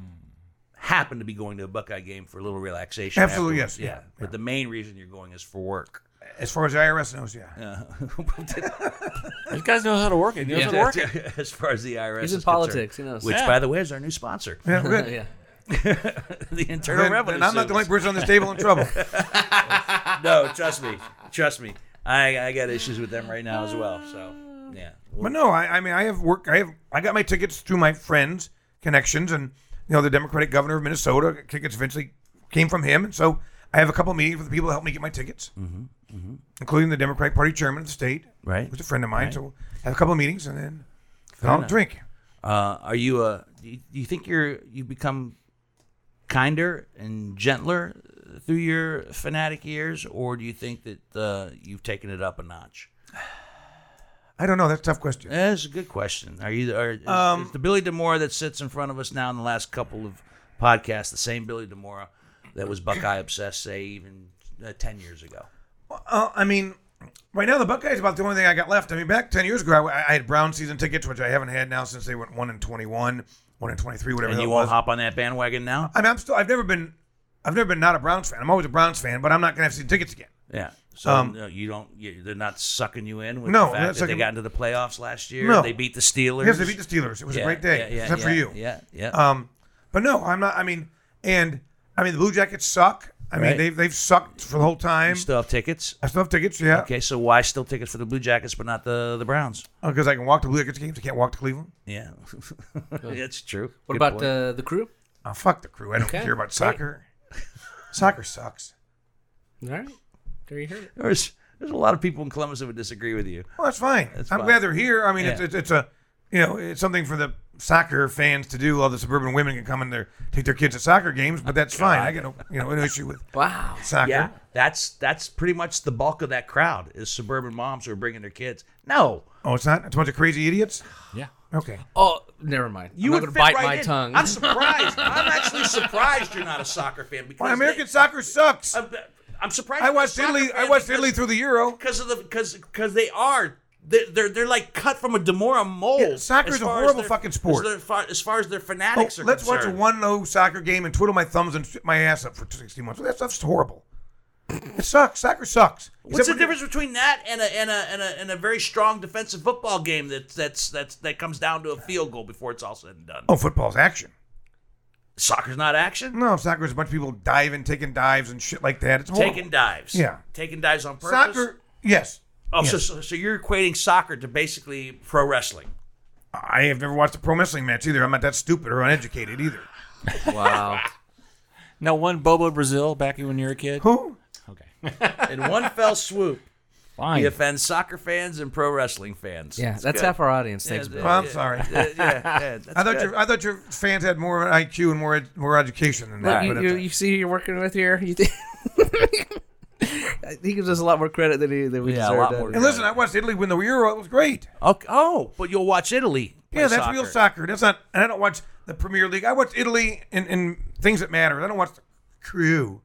A: happen to be going to a Buckeye game for a little relaxation.
B: Absolutely,
A: afterwards.
B: yes.
A: Yeah. But the main reason you're going is for work.
B: As far as IRS knows, yeah.
C: These guys know how to work it. He knows how to work it.
A: as far as the IRS is
D: He's in
A: concerned.
D: politics, he knows.
A: Which,
C: Yeah.
A: by the way, is our new sponsor,
B: Yeah, good.
D: yeah.
A: the Internal
B: Then-
A: Revenue
B: then I'm not the only
A: Service.
B: person on this table in trouble.
A: No, trust me, trust me. I, I got issues with them right now as well. So yeah,
B: But no, I, I mean, I have work. I have I got my tickets through my friends, connections, and you know the Democratic governor of Minnesota tickets eventually came from him, and so I have a couple meetings with the people who helped me get my tickets, mm-hmm. including the Democratic Party chairman of the state,
A: Right.
B: who's a friend of mine. So I have a couple meetings, and then then I'll drink.
A: Uh, are you a? Do you, do you think you're you become kinder and gentler through your fanatic years, or do you think that uh, you've taken it up a notch?
B: I don't know. That's a tough question.
A: Eh, That's a good question. Are you? Are, is,
B: Um,
A: is the Billy Demora that sits in front of us now in the last couple of podcasts the same Billy Demora that was Buckeye obsessed, say even uh, ten years ago?
B: Uh, I mean, right now the Buckeyes about the only thing I got left. I mean, back ten years ago, I, I had Brown season tickets, which I haven't had now since they went one in twenty-one, one in twenty-three, whatever.
A: And
B: that
A: you won't
B: was.
A: hop on that bandwagon now?
B: I mean, I'm still. I've never been. I've never been not a Browns fan. I'm always a Browns fan, but I'm not gonna have to see tickets again.
A: Yeah. So
B: Um,
A: no, you don't. You, they're not sucking you in with
B: No,
A: the
B: they're not
A: fact that they
B: sucking-
A: got into the playoffs last year.
B: No.
A: They beat the Steelers.
B: Yes, they beat the Steelers. It was a
A: Yeah,
B: great day,
A: yeah, yeah,
B: except for
A: yeah,
B: you.
A: Yeah, yeah.
B: Um, but no, I'm not. I mean, and I mean the Blue Jackets suck. I mean,
A: Right.
B: they've they've sucked for the whole time.
A: you still have tickets.
B: I still have tickets, yeah,
A: Okay, so why still tickets for the Blue Jackets but not the the Browns?
B: because Uh, I can walk to Blue Jackets games. I can't walk to Cleveland.
A: Yeah, that's true.
D: What
A: Good
D: about
A: point.
D: uh, the crew?
B: Oh, fuck the crew. I don't
D: Okay,
B: care about
D: great.
B: soccer. soccer sucks.
D: All right. There you heard it.
A: There's there's a lot of people in Columbus that would disagree with you.
B: Well, that's fine. I'm
A: fine.
B: glad they're here. I mean, it's,
A: Yeah.
B: it's, it's a you know it's something for the soccer fans to do. All the suburban women can come in there, take their kids to soccer games, but that's fine. I got no you know an issue with
D: Wow.
B: soccer.
A: Oh, Yeah, that's that's pretty much the bulk of that crowd is suburban moms who are bringing their kids. No,
B: Oh, it's not. It's a bunch of crazy idiots.
C: Yeah.
B: Okay.
D: Oh, never mind.
A: you
D: I'm
A: would
D: not
A: fit
D: gonna bite
A: right
D: my
A: in.
D: tongue.
A: I'm surprised. I'm actually surprised you're not a soccer fan because
B: Why
A: they-
B: American soccer sucks.
A: I'm, Uh, I'm surprised.
B: I
A: you're a
B: watched
A: soccer
B: Italy.
A: fan
B: I watched
A: because-
B: Italy through the Euro.
A: because of the because because they are they're, they're they're like cut from a Demora mold.
B: Yeah, soccer's
A: as
B: a
A: far as
B: horrible
A: their-
B: fucking sport.
A: As, their far, as far as their
B: Oh,
A: fanatics are
B: let's watch a
A: concerned.
B: one-no soccer game and twiddle my thumbs and sit my ass up for 16 months. That stuff's horrible. It sucks. Soccer sucks.
A: What's the
B: Except when-
A: difference between that and a and a and a, and a very strong defensive football game that that's that's that comes down to a field goal before it's all said and done?
B: Oh, football's action.
A: Soccer's not action.
B: No, soccer is a bunch of people diving, taking dives, and shit like that. It's horrible.
A: Taking dives.
B: Yeah.
A: Taking dives on purpose.
B: soccer. Yes.
A: Oh, so, so so you're equating soccer to basically pro wrestling.
B: I have never watched a pro wrestling match either. I'm not that stupid or uneducated either.
D: wow.
C: Now, one Bobo Brazil back when you were a kid.
B: Who?
C: Okay.
A: In one fell swoop,
C: Fine.
A: he offends soccer fans and pro wrestling fans.
D: Yeah, that's half our audience. Thanks,
A: Yeah,
D: Bill.
B: Well, I'm sorry.
A: Yeah, yeah, yeah, that's
B: I thought
A: good.
B: your I thought your fans had more IQ and more ed- more education than that.
D: You,
B: but
D: you,
B: it's-
D: you see who you're working with here? You think- he gives us a lot more credit than, he, than we
A: Yeah, a
D: deserve.
A: lot
D: doesn't
A: more
D: he?
B: and listen, I watched Italy win the Euro. It was great.
A: Okay. Oh, but you'll watch Italy. play
B: Yeah, that's real soccer. That's not. And I don't watch the Premier League. I watch Italy and, and things that matter. I don't watch the crew.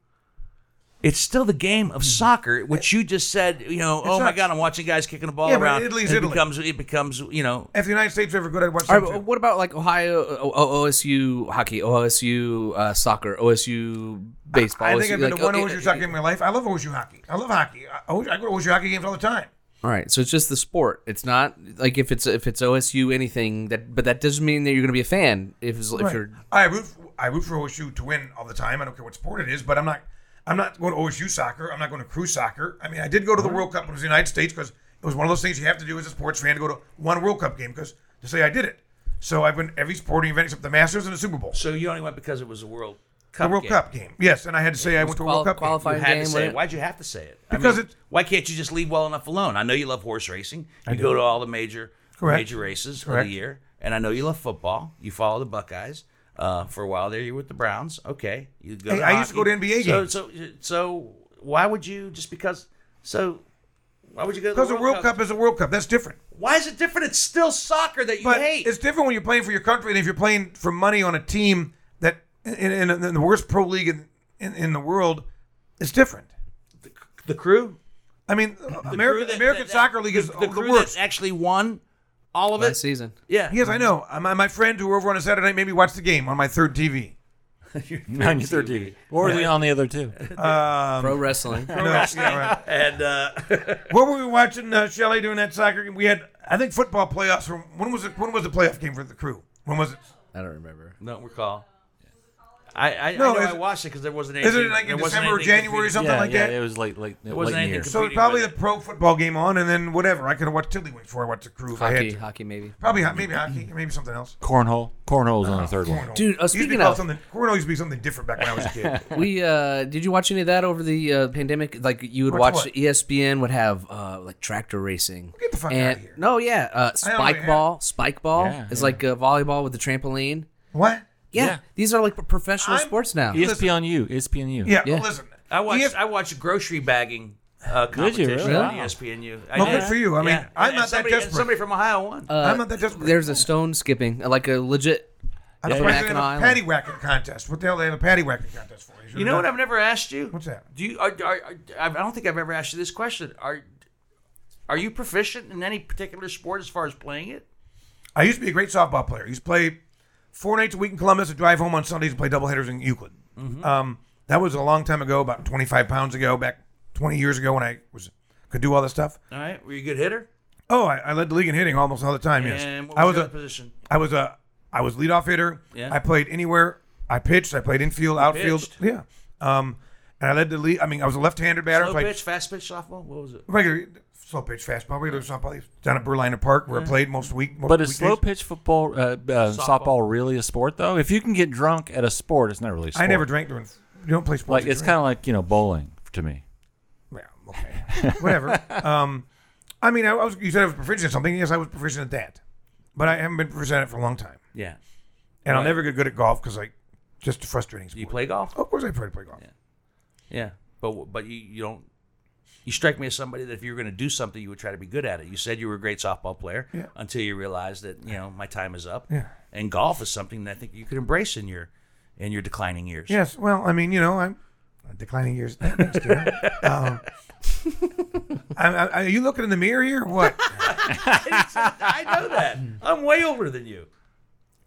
A: It's still the game of soccer, which you just said. You know, oh my
B: not-
A: God, I'm watching guys kicking the ball
B: Yeah, but
A: around.
B: Italy's
A: it
B: Italy.
A: becomes. It becomes. You know.
B: If the United States were ever good, I'd watch.
D: All
B: them
D: right, but
B: too.
D: what about like Ohio O- O- OSU hockey, OSU uh, soccer, OSU baseball?
B: I think
D: OSU
B: I've been
D: like,
B: to one
D: okay,
B: OSU
D: uh,
B: soccer game in my life. I love OSU hockey. I love hockey. I, I go to OSU hockey games all the time.
D: All right, so it's just the sport. It's not like if it's if it's OSU anything that, but that doesn't mean that you're going to be a fan if it's, if
B: Right.
D: you're.
B: I root. For, I root for OSU to win all the time. I don't care what sport it is, but I'm not. I'm not going to OSU soccer. I'm not going to crew soccer. I mean, I did go to the World Cup when it was the United States because it was one of those things you have to do as a sports fan to go to one World Cup game because to say I did it. So I've been to every sporting event except the Masters and the Super Bowl.
A: So you only went because it was a World Cup.
B: The World
A: game.
B: Cup game. Yes, and I had to say I went to a
D: qual-
B: World Cup game.
A: You
D: qualifying
A: had
D: game.
A: to say
D: whatever.
A: it. Why'd you have to say it? I
B: Because
A: mean,
B: it's-
A: why can't you just leave well enough alone? I know you love horse racing. You go to all the major
B: Correct.
A: major races
B: Correct.
A: of the year, and I know you love football. You follow the Buckeyes. Uh, for a while there, you were with the Browns. Okay, you go.
B: Hey, I used to go to
A: hockey.
B: NBA
A: so,
B: games.
A: So, so why would you just because? So, why would you go? to
B: Because
A: the
B: a World Cup is a World Cup. That's different.
A: Why is it different? It's still soccer that you
B: But
A: hate.
B: it's different when you're playing for your country than if you're playing for money on a team that in, in, in the worst pro league in, in, in the world. It's different.
A: the crew.
B: I mean,
A: Crew
B: American,
A: that-
B: American
A: that-
B: Soccer League is
A: the,
B: the,
A: crew that
B: worst.
A: actually won all of it.
D: last season.
A: Yeah.
B: yes, I know. My, my friends who were over on a Saturday night made me watch the game on my third TV.
C: on your third TV. Or the, on the other two.
B: Um,
D: Pro wrestling.
B: No, yeah, right.
A: And uh,
B: What were we watching, uh, Shelly, doing that soccer game? We had, I think, football playoffs. From when was it? When was the playoff game for the crew? When was it?
D: I don't remember.
A: don't recall. I I,
B: No,
A: I, know
B: is
A: I
B: it-
A: watched it because there wasn't.
B: Is
A: anything-
B: it like
A: there
B: in
A: wasn't
B: December or
A: anything
B: January or
A: competing.
B: something
C: yeah,
B: like
C: yeah,
B: that?
C: it was late, late, late
A: wasn't
C: in the
A: anything
C: year.
A: com-
B: So it was
A: competing
B: probably the
A: with
B: pro football game on, and then whatever. I could have watched Tiddlywinks before I watched the crew. If I had
D: Hockey,
B: to.
D: hockey maybe.
B: Probably ho- maybe hockey, maybe something else.
C: Cornhole. Cornhole's on the third one.
B: Cornhole.
D: Dude, uh,
B: Used to be
D: speaking
B: called
D: of-
B: something, cornhole used to be something different back when I was a kid.
D: We uh, did you watch any of that over the uh, pandemic? Like you would
B: Watch
D: watch, E
B: what?
D: ESPN would have uh, like tractor racing.
B: Get the fuck
D: and,
B: outta here.
D: No, yeah, uh,
B: I don't
D: spike
B: really
D: ball. Spike ball
C: Yeah,
D: is
C: yeah.
D: like uh, volleyball with the trampoline.
B: what?
D: Yeah,
C: Yeah.
D: these are like professional
B: I'm-
D: sports now.
C: E ESPNU. ESPNU.
B: Yeah,
D: Yeah.
B: listen.
A: I watched
B: ES-
A: I watched grocery bagging uh,
C: Did you?
A: competition
C: Really?
A: on
C: Wow.
A: ESPNU. I
B: Well,
A: did.
B: good for you. I mean,
A: Yeah.
B: I'm
A: And
B: not that
A: somebody, and
B: desperate.
A: Somebody from Ohio won.
C: Uh,
B: I'm not that desperate.
D: Uh, There's a stone skipping, uh, like a legit.
B: I was
D: Yeah,
B: yeah,
D: Mackinac
B: in a
D: Island.
B: paddy whacking contest. What the hell? They have a paddy whacking contest for you.
A: you know what I've never asked you?
B: What's that?
A: Do you? Are, are, are, I don't think I've ever asked you this question. Are Are you proficient in any particular sport as far as playing it?
B: I used to be a great softball player. I used to play four nights a week in Columbus and drive home on Sundays and play doubleheaders in Euclid.
A: Mm-hmm.
B: Um, that was a long time ago, about 25 pounds ago, back 20 years ago when I was could do all this stuff.
A: All right. Were you a good hitter?
B: Oh, I, I led the league in hitting almost all the time. Yes,
A: And what was,
B: I was
A: your
B: a
A: other position?
B: I was a I was leadoff hitter.
A: Yeah.
B: I played anywhere. I pitched. I played infield, outfield.
A: pitched?
B: Yeah. Um, and I led the lead. I mean, I was a left-handed batter.
A: Slow
B: played
A: pitch, fast pitch, softball. What was it?
B: regular slow pitch fastball, regular softball. Down at Berliner Park where I played most week. Most
C: But is
B: weekdays.
C: slow pitch football, uh, uh, softball. really a sport though? If you can get drunk at a sport, it's not really. a sport.
B: I never drank during. You don't play sports.
C: Like it's kind of like you know bowling to me.
B: of okay. whatever. Um, I mean, I, I was. You said I was proficient at something. Yes, I was proficient at that, but I haven't been proficient at it for a long time,
A: Yeah.
B: and I'll never get good at golf because I just a frustrating sport.
A: You play golf?
B: Of course, I try to play golf.
A: Yeah. But but you you don't. You strike me as somebody that if you were going to do something, you would try to be good at it. You said you were a great softball player
B: Yeah.
A: until you realized that you know my time is up.
B: Yeah.
A: And golf is something that I think you could embrace in your in your declining years.
B: Yes. Well, I mean, you know, I'm declining years next year. um, I, I, are you looking in the mirror here? Or what?
A: I know that. I'm way older than you.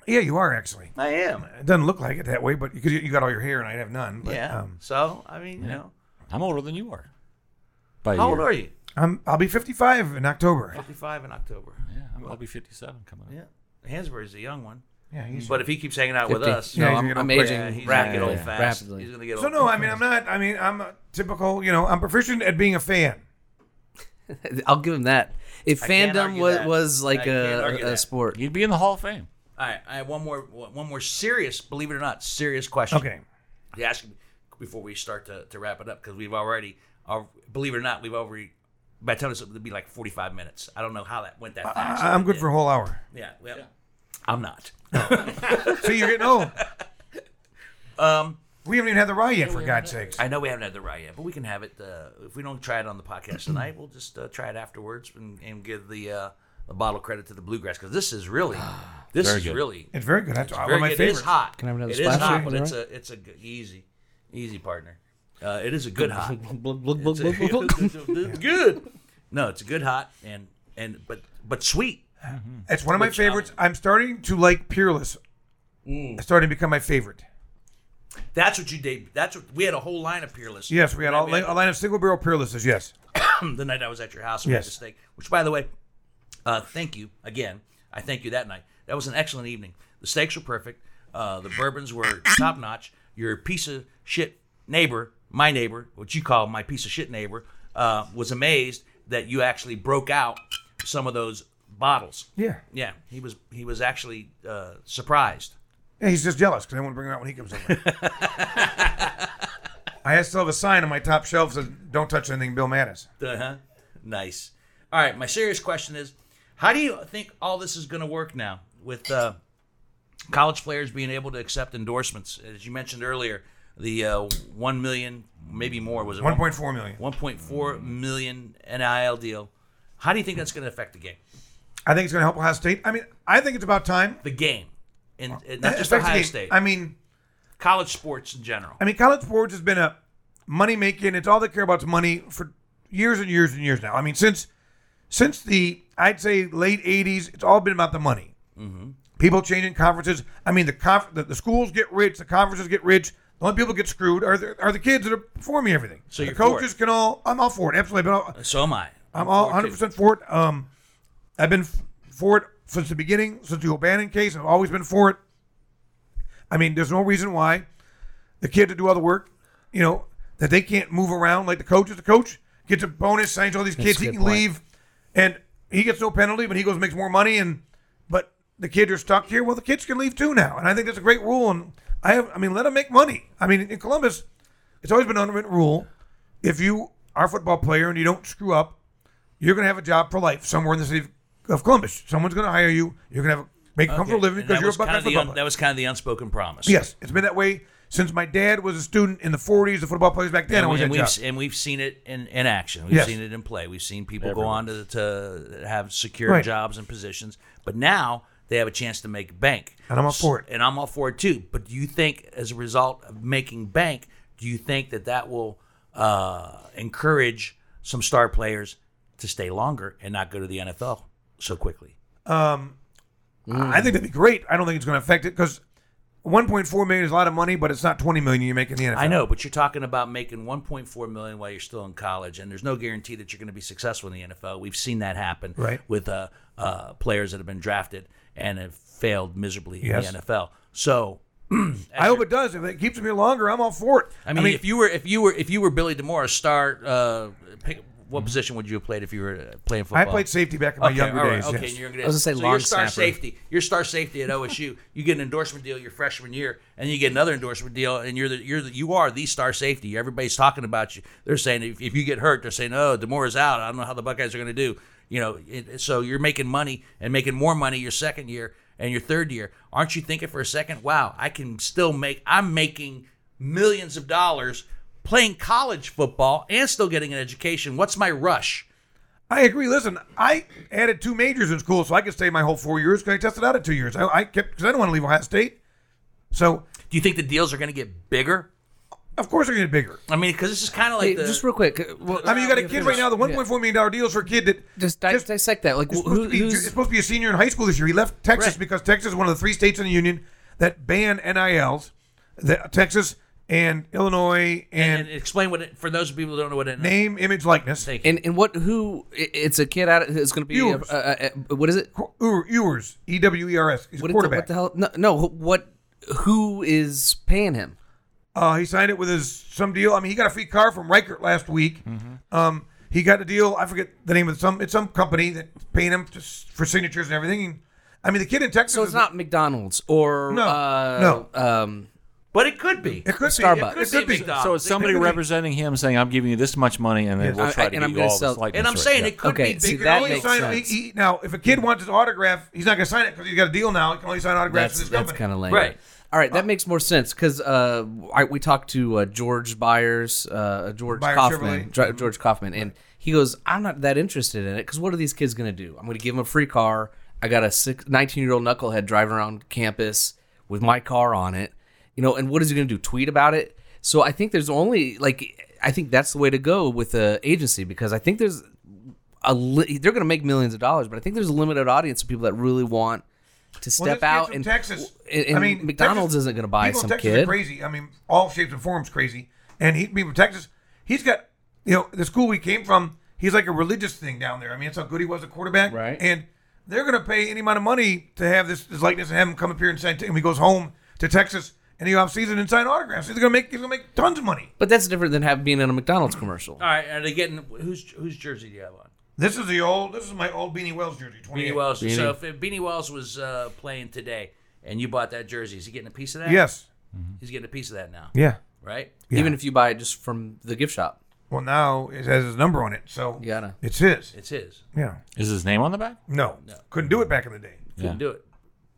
B: yeah, you are actually.
A: I am.
B: It doesn't look like it that way, but because you, you got all your hair and I have none. But,
A: yeah.
B: Um,
A: so I mean, you know,
C: I'm older than you are. By a
A: how
C: year.
A: old are you?
B: I'm, I'll be 55 in October.
A: 55 in October.
C: Yeah, I'm- I'll be 57 coming up.
A: Yeah. Hansberry's a young one,
B: Yeah. he's-
A: but if he keeps hanging out with
D: 50.
A: us,
D: No,
B: Yeah, he's
D: I'm,
B: gonna
D: I'm
B: get old
D: aging
A: yeah, he's gonna
D: rapidly.
A: get old fast.
D: rapidly.
A: He's gonna get old.
B: so no, I mean, I'm not. I mean, I'm a typical. You know, I'm proficient at being a fan.
D: I'll give him that. If
A: I can't
D: fandom
A: argue
D: was,
A: that.
D: was like
A: I can't
D: a,
A: argue
D: a
A: that.
D: sport,
C: You'd be in the Hall of Fame.
A: All right, I have one more one more serious, believe it or not, serious question.
B: Okay.
A: to ask you before we start to, to wrap it up because we've already, uh, believe it or not, we've already. By the time this would be like 45 minutes. I don't know how that went that fast.
B: I, I'm good for a whole hour.
A: yeah, well, I'm not.
B: See, you're getting old. Um,
A: Um,
B: we haven't even had the rye yet, for God's sakes.
A: I know we haven't had the rye yet, but we can have it. Uh, if we don't try it on the podcast tonight, we'll just uh, try it afterwards and, and give the uh, the bottle credit to the bluegrass because this is really, this
C: Very
A: is
C: good.
A: really
B: It's Ah, very good. That's one
A: very
B: of my
A: good. It
B: favorites.
A: is hot.
D: Can I have another
A: It is
D: splash?
A: hot,
D: Sure,
A: but
D: you
A: it's
D: all
A: a it's a g- easy, easy partner. Uh, it is a good hot.
D: Blub, blub, blub,
A: It's a-
D: blub, blub.
A: it's good. No, it's a good hot and and but but sweet.
B: It's one of my favorites. I'm starting to like Peerless.
A: Mm.
B: It's starting to become my favorite.
A: That's what you did. That's what we had a whole line of Peerless.
B: Yes, we had all, a line of single barrel Peerlesses. Yes.
A: the night I was at your house. We had
B: Yes.
A: the steak. Which, by the way, uh, thank you again. I thank you that night. That was an excellent evening. The steaks were perfect. Uh, the bourbons were top notch. Your piece of shit neighbor, my neighbor, what you call my piece of shit neighbor, uh, was amazed that you actually broke out some of those bottles.
B: Yeah.
A: Yeah, he was he was actually uh, surprised.
B: Yeah, he's just jealous because I want to bring him out when he comes over. I still have a sign on my top shelf that says, "Don't touch anything, Bill Mattis."
A: Uh-huh. Nice. All right, my serious question is, how do you think all this is going to work now with uh, college players being able to accept endorsements? As you mentioned earlier, the uh, 1 million, maybe more, was it
B: One point four million.
A: 1.4 million NIL deal. How do you think that's going to affect the game?
B: I think it's going to help Ohio State. I mean, I think it's about time.
A: The game, and, and not just
B: Affects the
A: Ohio
B: game.
A: State,
B: I mean,
A: college sports in general.
B: I mean, college sports has been a money making. It's all they care about is money for years and years and years now.
A: Mm-hmm.
B: I mean, since since the I'd say late '80s, it's all been about the money. People changing conferences. I mean, the, conf- the the schools get rich, the conferences get rich. The only people get screwed are the, are the kids that are performing everything. So the
A: you're for it.
B: coaches can all. I'm all for it, absolutely. But I'll-
A: So am I.
B: I'm all 100 percent for it. Um, I've been f- for it since the beginning, since the O'Bannon case. I've always been for it. I mean, there's no reason why the kid to do all the work, you know, that they can't move around like the coach is the coach gets a bonus, signs all these kids,
D: a
B: he
D: good
B: can
D: point.
B: leave, and he gets no penalty, but he goes and makes more money, and but the kids are stuck here. Well, the kids can leave too now, and I think that's a great rule. And I have, I mean, let them make money. I mean, in Columbus, it's always been an unwritten rule: if you are a football player and you don't screw up, you're going to have a job for life somewhere in the city of Columbus. Someone's going to hire you. You're going to have a, make a comfortable living
A: And
B: because
A: that
B: you're a
A: was kind
B: Buckeye
A: of the
B: football
A: un-
B: player.
A: That was kind of the unspoken promise.
B: Yes, it's been that way since my dad was a student in the 40s. The football players back then
A: And, we-
B: always had
A: and we've
B: jobs.
A: and we've seen it in, in action. We've
B: Yes.
A: seen it in play. We've seen people go on to, to have secure
B: Right.
A: jobs and positions. But now they have a chance to make bank.
B: And I'm all
A: S-
B: for it.
A: And I'm all for it too. But do you think, as a result of making bank, do you think that that will uh, encourage some star players to stay longer and not go to the NFL so quickly?
B: I I think that'd be great. I don't think it's going to affect it because 1.4 million is a lot of money, but it's not 20 million you make in the NFL.
A: I know, but you're talking about making 1.4 million while you're still in college, and there's no guarantee that you're going to be successful in the NFL. We've seen that happen
B: Right.
A: with uh, uh, players that have been drafted and have failed miserably
B: Yes.
A: in the NFL. So,
B: I hope it does. If it keeps me longer, I'm all for it.
A: I mean, if you were if you were if you were Billy DeMore, a star, uh, pick, what position would you have played if you were uh, playing football?
B: I played safety back in my
A: Okay,
B: younger
A: all right,
B: days.
A: Okay,
B: yes.
A: in your younger days.
D: I was gonna say
A: so
D: long
A: your star
D: snapper.
A: safety, your star safety at OSU, you get an endorsement deal your freshman year, and you get another endorsement deal, and you're the you're the, you are the star safety. Everybody's talking about you. They're saying if, if you get hurt, they're saying, oh, Demore is out. I don't know how the Buckeyes are going to do. You know, it, so you're making money and making more money your second year and your third year. Aren't you thinking for a second, wow, I can still make? I'm making millions of dollars playing college football and still getting an education. What's my rush?
B: I agree. Listen, I added two majors in school, so I could stay my whole four years because I tested out at two years. I, I kept because I don't want to leave Ohio State. So
A: Do you think the deals are going to get bigger?
B: of course they're going to get bigger.
A: I mean, because this is kind of like
D: Hey,
A: the,
D: just real quick. uh, Well,
B: I mean, you got a
D: yeah,
B: kid
D: finish.
B: right now. The
D: Yeah.
B: 1.4 million dollar deals for a kid that
D: Just, di-
B: just-
D: dissect that. Like,
B: It's
D: who,
B: supposed, to be,
D: who's
B: it's supposed to be a senior in high school this year. He left Texas
A: Right.
B: because Texas is one of the three states in the union that ban NILs. That Texas and Illinois and,
A: and explain what it, for those people who don't know what it
B: name, image, likeness.
A: Thank
D: and and what who i- it's a kid out is going to be a,
B: Viewers.
D: a, a, what is it?
B: Qu- Ewer- Ewers, E W E R S. He's a
D: What, is it-
B: quarterback.
D: what the hell? No, no. wh- What who is paying him?
B: Uh, he signed it with his some deal. I mean, he got a free car from Reichert last week.
D: Mm-hmm.
B: Um, he got a deal. I forget the name of some. It's some company that's paying him to, s- for signatures and everything. I mean, the kid in Texas.
D: So it's
B: is-
D: not McDonald's or
B: No,
D: uh,
B: no.
D: Um,
A: but it could be.
B: It could
D: Starbucks.
B: be. It could be.
A: It could be.
C: So it's somebody
B: Maybe-
C: representing him saying, "I'm giving you this much money, and then
B: Yes.
C: we'll
D: I-
C: try to
D: and
C: get
D: I'm
C: you
D: gonna
C: all
D: sell-
C: this likeness."
A: and I'm
C: right.
A: saying
C: Yeah.
A: it could
D: Okay,
A: be
D: see,
A: bigger.
D: that
B: He only
D: makes
B: signed-
D: sense. Hmm.
B: he- he- now, if a kid wants his autograph, he's not going to sign it because he's got a deal now. He can only sign autographs
D: that's
B: to this
D: that's
B: company.
D: kind of lame.
A: Right.
D: All right, that makes more sense because uh, I, we talked to uh, George Byers, uh, George
B: Byers
D: Kaufman,
B: Chevrolet. Mm-hmm.
D: Dr- George Kaufman, and he goes, "I'm not that interested in it because what are these kids going to do? I'm going to give them a free car. I got a six, 19 year old knucklehead driving around campus with my car on it, you know. And what is he going to do? Tweet about it? So I think there's only like I think that's the way to go with the agency because I think there's a li- they're going to make millions of dollars, but I think there's a limited audience of people that really want to
B: Well,
D: step
B: this kid's
D: out
B: from
D: and
B: Texas.
D: and- and
B: I mean,
D: McDonald's
B: Texas-
D: isn't going to buy
B: people in
D: some
B: Texas Are
D: kid.
B: crazy. I mean, all shapes and forms crazy. And he being from Texas, he's got you know the school we came from. He's like a religious thing down there. I mean, that's how good he was a quarterback.
D: Right.
B: And they're going to pay any amount of money to have this, this likeness and have him come up here and sign. And he goes home to Texas and he off season and sign autographs. He's going to make he's going to make tons of money.
D: But that's different than have being in a McDonald's commercial.
A: All right, are they getting whose whose jersey do you have on?
B: This is the old. This is my old Beanie Wells jersey.
A: Beanie
B: 28.
A: Wells. So if Beanie Wells was uh, playing today and you bought that jersey, is he getting a piece of that?
B: Yes.
A: he's getting a piece of that now,
B: Yeah.
A: right?
D: Even if you buy it just from the gift shop,
B: Well, now it has his number on it, so
D: You gotta-
B: it's his.
A: It's his.
B: Yeah.
C: Is his name on the back?
B: No, couldn't do it back in the day.
A: Couldn't do it.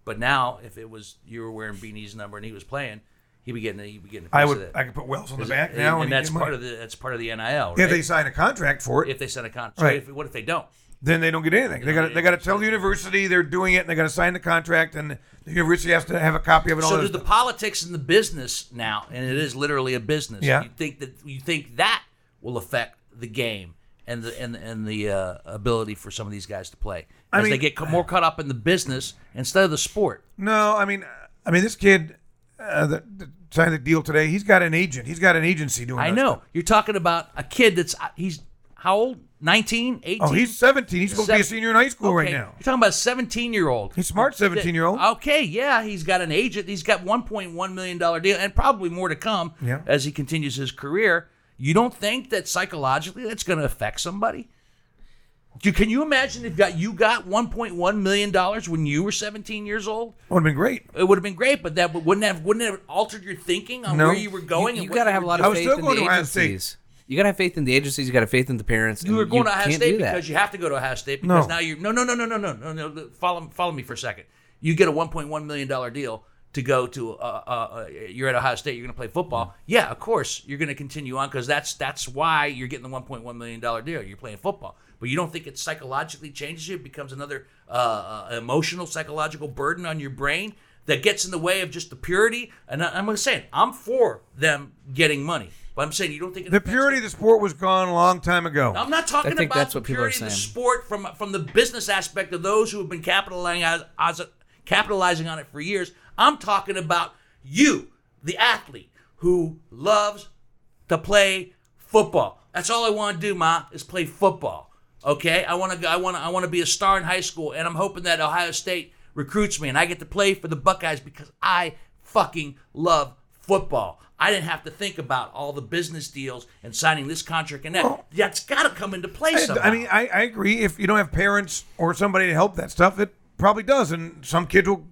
A: But now, if it was you were wearing Beanie's number and he was playing, he'd be getting a, he'd be getting a piece
B: I
A: of
B: would.
A: that.
B: I could put Wells on the back now,
A: and,
B: and,
A: that's part of the that's part of the NIL. Right?
B: If they sign a contract for it,
A: if they send a contract,
B: Right.
A: if, what if they don't?
B: then they don't get anything. They got. to They got to tell the university they're doing it, and they got to sign the contract, and the university has to have a copy of it. and
A: So
B: all
A: there's
B: that.
A: the politics and the business now, and it is literally a business.
B: Yeah.
A: You think that you think that will affect the game and the and and the uh, ability for some of these guys to play
B: I
A: as
B: mean-
A: they get ca- more caught up in the business instead of the sport.
B: No, I mean, I mean, this kid uh, that, that signed a deal today. He's got an agent. He's got an agency doing.
A: I
B: that
A: know
B: stuff.
A: you're talking about a kid that's uh, he's how old? 19, 18?
B: Oh, he's 17. He's supposed to be a
A: Seven-
B: senior in high school Oh, right
A: Okay,
B: now.
A: You're talking about a 17 year old.
B: He's smart, 17 year old.
A: Okay, yeah, he's got an agent. He's got 1.1 million dollar deal, and probably more to come
B: Yeah.
A: as he continues his career. You don't think that psychologically that's going to affect somebody? Do, can you imagine if got, you got 1.1 million dollars when you were 17 years old?
B: Would have been great.
A: It would have been great, but that wouldn't have wouldn't it have altered your thinking on
B: No.
A: where you were going.
D: You,
A: and what
D: got to
A: you
D: have a
A: were
D: lot
B: I
D: of
B: was
D: faith
B: still
D: in
B: going
D: the
B: to Ohio State.
D: agencies. You got to have faith in the agencies. You got to have faith in the parents.
A: you were going to Ohio
D: can't
A: State
D: do that.
A: because you have to go to Ohio State because
B: No.
A: now you're no no no no no no no no follow follow me for a second. You get a 1.1 million dollar deal to go to uh, uh, uh, you're at Ohio State. You're going to play
D: Mm.
A: football. Yeah, of course you're going to continue on because that's that's why you're getting the 1.1 million dollar deal. You're playing football, but you don't think it psychologically changes you? It becomes another uh, uh, emotional psychological burden on your brain that gets in the way of just the purity. And I, I'm saying I'm for them getting money, but I'm saying you don't think it
B: The
A: affects
B: purity of the sport was gone a long time ago.
A: I'm not talking
D: I think
A: about
D: that's
A: the
D: what people are
A: purity of the
D: saying.
A: sport from from the business aspect of those who have been capitalizing as, as capitalizing on it for years. I'm talking about you, the athlete who loves to play football. That's all I want to do, ma, is play football. Okay, I want to go. I want to. I want to be a star in high school, and I'm hoping that Ohio State recruits me, and I get to play for the Buckeyes because I fucking love football. I didn't have to think about all the business deals and signing this contract and that. That's got to come into play.
B: I-
A: Somehow.
B: I mean, I, I agree. If you don't have parents or somebody to help that stuff, it probably does, and some kids will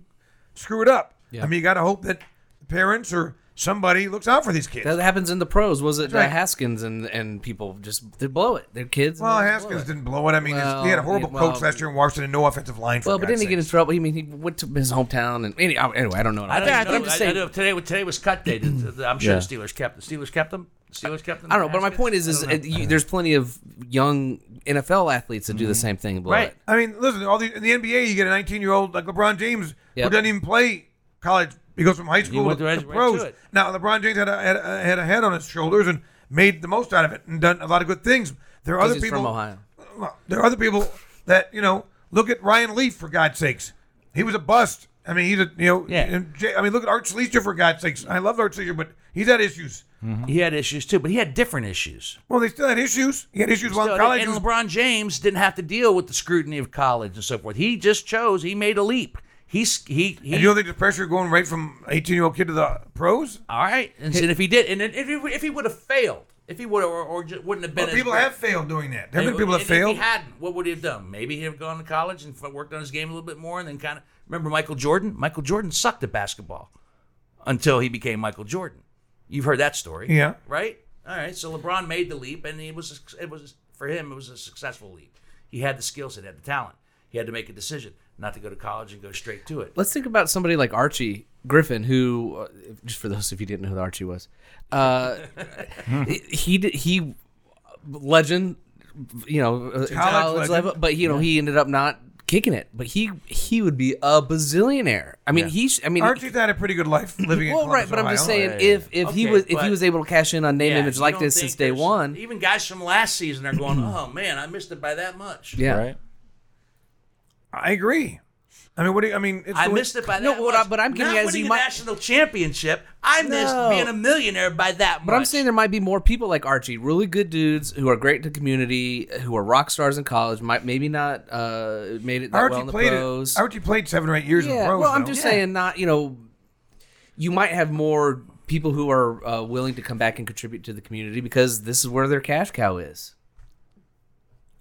B: screw it up. I mean, you got to hope that parents or somebody looks out for these kids.
D: That happens in the pros. Was it
B: right.
D: uh, Haskins and and people just they blow it? Their kids. and
B: well,
D: they blow
B: Haskins
D: it.
B: didn't blow it. I mean, it's- he had a
D: Well,
B: horrible
D: yeah, well-
B: coach last year in Washington, no offensive line. For
D: Well, but
B: God's
D: didn't he get in
B: sakes.
D: trouble? He mean he went to his hometown and any, anyway. I don't know.
A: I don't
D: Yeah,
A: even know.
D: I'm just
A: I, I
D: saying-
A: know today, today was cut day. I'm sure
C: Yeah.
A: the Steelers kept the Steelers kept them. The Steelers kept them.
D: I don't know, but my point is, is it, you, there's plenty of young NFL athletes that do the same thing. and blow
A: Right.
D: it.
B: I mean, listen, all the in the NBA, you get a 19 year old like LeBron James who
D: Yep.
B: doesn't even play college. He goes from high school
A: went
B: to,
A: right-
B: to
A: right
B: pros.
A: to it.
B: now, LeBron James had a, had a had a head on his shoulders and made the most out of it and done a lot of good things. There are other
D: he's
B: people.
D: from Ohio.
B: Well, there are other people that you know. Look at Ryan Leaf for God's sakes. He was a bust. I mean, he's a you know.
A: Yeah.
B: and J- I mean, look at Art Schleicher for God's sakes. I love Art Schleicher, but he's had issues.
A: He had issues too, but he had different issues.
B: Well, they still had issues. He had issues while in
A: So,
B: college.
A: and LeBron James didn't have to deal with the scrutiny of college and so forth. He just chose. He made a leap. He's he he.
B: and you don't think the pressure going right from 18 year old kid to the pros?
A: all right, and, so if he did, and if he, if he would have failed, if he would have, or, or just wouldn't have been.
B: But
A: as
B: people
A: great.
B: have failed doing that. There have
A: And-
B: been people that
A: and If
B: failed.
A: he hadn't, what would he have done? Maybe he'd have gone to college and f- worked on his game a little bit more, and then kind of remember Michael Jordan. Michael Jordan sucked at basketball until he became Michael Jordan. You've heard that story,
B: Yeah.
A: Right. All right. So LeBron made the leap, and it was it was for him it was a successful leap. He had the skills, he had the talent. He had to make a decision not to go to college and go straight to it.
D: Let's think about somebody like Archie Griffin, who, uh, just for those of you who didn't know who Archie was, uh, he did- he legend, you know, uh, college,
B: legend.
D: level, but you know he ended up not kicking it. But he he would be a bazillionaire. I mean, he. sh- I mean,
B: Archie's had a pretty good life living in
D: well, right,
B: Columbus,
D: but I'm just
B: Ohio.
D: saying, if if he
A: Okay,
D: was if
A: but-
D: he was able to cash in on name
A: Yeah,
D: image
A: you
D: like
A: don't
D: this
A: think
D: since day
A: there's- e-
D: one,
A: Even guys from last season are going, "Oh man, I missed it by that much."
D: yeah.
C: Right?
B: I agree. I mean, what do you, I mean? It's
A: I
B: the way-
A: missed it by that.
D: No, what I-
A: much.
D: but I'm getting
A: not
D: at is
A: winning
D: you
A: the
D: might-
A: national championship. I missed
D: No.
A: being a millionaire by that much.
D: But I'm saying there might be more people like Archie, really good dudes who are great in the community, who are rock stars in college. Might maybe not uh, made it that
B: Archie
D: well in the
B: played
D: pros.
B: it. Archie played seven or eight years in the
D: yeah,
B: pros.
D: well, I'm
B: though.
D: just
B: Yeah.
D: saying, not you know, you might have more people who are uh, willing to come back and contribute to the community because this is where their cash cow is.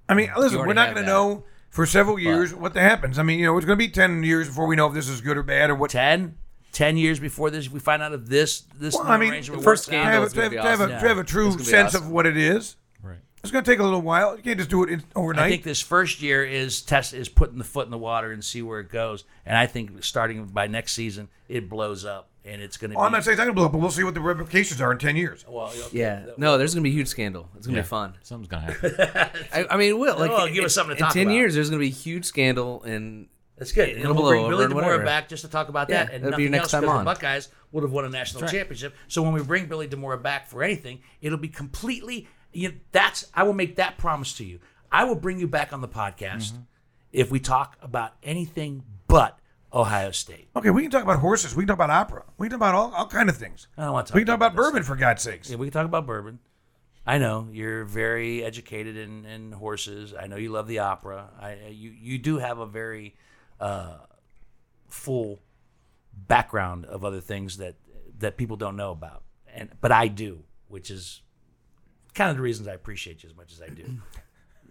B: I mean, listen,
D: already
B: we're not
D: have
B: going to
D: that.
B: know for several years what the happens. I mean, you know, it's going to be ten years before we know if this is good or bad or what.
A: 10, 10 years before this, if we find out if this this
B: Well,
A: new
B: I mean,
A: arrangement
D: first
A: works out-
B: To have, a,
D: It's
B: to,
D: gonna
B: have,
D: be
B: to, have a,
D: awesome.
B: to have a true
D: gonna be
B: sense of
D: awesome.
B: what it is.
C: Right.
B: It's going to take a little while. You can't just do it in, overnight.
A: I think this first year is test is putting the foot in the water and see where it goes. And I think starting by next season, it blows up and it's going to.
B: well, I'm
A: be,
B: not saying it's not going to blow up, but we'll see what the repercussions are in ten years.
A: well, okay.
D: Yeah, no, there's gonna be a huge scandal. It's gonna be fun.
C: Something's gonna happen.
D: I, I mean, it will like
A: Well, give us something to
D: in
A: talk
D: ten
A: about.
D: years, there's gonna be a huge scandal, and
A: That's good. And
D: It'll
A: we'll
D: blow
A: bring
D: over
A: Billy
D: and
A: DeMora
D: whatever.
A: back just to talk about
D: Yeah,
A: that, and
D: that'll
A: nothing
D: be your next
A: else
D: time
A: 'cause
D: on.
A: the Buckeyes would have won a national championship. So when we bring Billy DeMora back for anything, it'll be completely You that's I will make that promise to you. I will bring you back on the podcast
D: Mm-hmm.
A: if we talk about anything but Ohio State.
B: Okay, we can talk about horses. We can talk about opera. We can talk about all, all kind of things.
A: I don't want to talk
B: we can talk about
A: this.
B: bourbon, for God's sakes.
A: Yeah, we can talk about bourbon. I know you're very educated in, in horses. I know you love the opera. I you you do have a very uh, full background of other things that that people don't know about, and but I do, which is kind of the reasons I appreciate you as much as I do.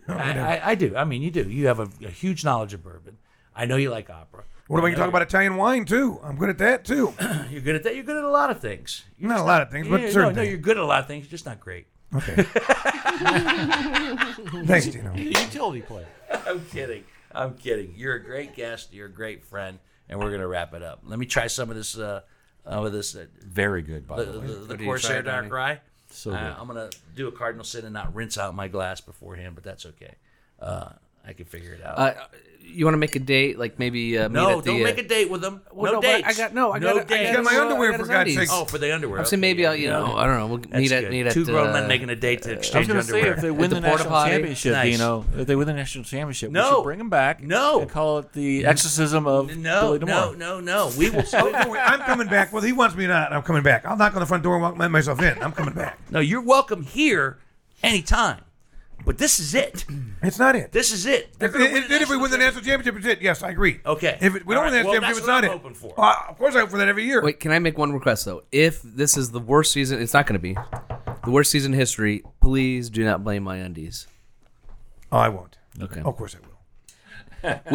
A: I, I, I do. I mean, you do. You have a, a huge knowledge of bourbon. I know you like opera.
B: What about you talk about Italian wine too? I'm good at that too.
A: You're good at that. You're good at a lot of things. You're
B: Not a lot of things, but
A: yeah, no,
B: certain
A: no, you're good at a lot of things. You're just not great.
B: things. Okay. Thanks, Dino.
C: Utility play.
A: I'm kidding. I'm kidding. You're a great guest. You're a great friend, and we're gonna wrap it up. Let me try some of this. Uh, some of this. Uh,
C: Very good, by
A: the,
C: the way.
A: the, the
D: you
A: Corsair
D: tried, Donnie?
A: Dark Rye.
C: So
A: Uh,
C: good.
A: I'm gonna do a cardinal sin and not rinse out my glass beforehand, but that's okay. Uh, I can figure it out.
D: Uh, you want to make a date, like maybe uh, meet
A: no,
D: at the,
A: don't
D: uh,
A: make a date with them.
D: well,
A: no
D: but
A: dates.
D: I got no. I
A: no
D: got.
A: dates.
D: I
B: got my
D: his-
B: underwear,
D: I got
B: for
D: his
B: God's
D: undies.
B: sakes.
A: Oh, for the underwear.
D: I'm saying
A: okay,
D: maybe
A: yeah,
D: I'll, you
A: yeah.
D: know, I don't know. We'll
A: That's
D: meet at
A: good.
D: meet at
A: two grown
D: uh,
A: men making a date to
C: I was
A: exchange
C: going to say
A: underwear.
C: if they win
D: the
C: the, national
D: porta potty.
C: championship,
A: Nice.
C: Dino, if they win the national championship, we
A: No.
C: should bring them back.
A: No.
C: and call it the exorcism of
A: no,
C: Billy DeMore.
A: no, no, no. We will.
B: Don't worry, I'm coming back. Whether he wants me or not, I'm coming back. I'll knock on the front door and walk let myself in. I'm coming back.
A: no, you're welcome here anytime. But this is it.
B: It's not it.
A: This is it. They're
B: If,
A: gonna win
B: if- if we win the national championship, it's it. Yes, I agree.
A: Okay.
B: If it, we
A: All
B: don't win the
A: right. Well,
B: national championship,
A: that's
B: it's not
A: what I'm
B: it.
A: hoping for.
B: Uh, of course, I hope for that every year.
D: Wait, can I make one request though? If this is the worst season, it's not going to be the worst season in history. Please do not blame my undies.
B: Oh, I won't.
D: Okay.
B: Of course, I will.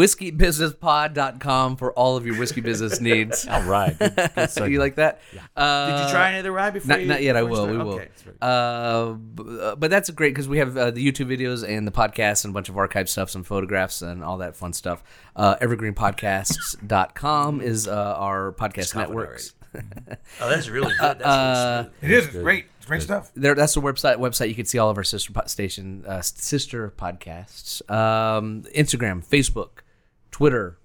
D: WhiskeyBusinessPod.com for all of your whiskey business needs.
C: All right. Good, good
D: you
C: segment.
D: like that? Uh,
A: Did you try any other rye before?
D: Not,
A: you-
D: not yet. I
A: before
D: will.
A: you
D: We
A: start?
D: will.
A: Okay.
D: Uh, b- uh, but that's great because we have uh, the YouTube videos and the podcast and a bunch of archive stuff, some photographs and all that fun stuff. Uh, evergreenpodcasts.com is uh, our podcast
A: coughing
D: networks.
A: Oh, that's really good. That's really
D: Uh,
A: smooth.
B: It is. It's great. It's great stuff.
D: There, that's the website. Website you can see all of our sister po- station, uh, s- sister podcasts. Um, Instagram, Facebook, Twitter,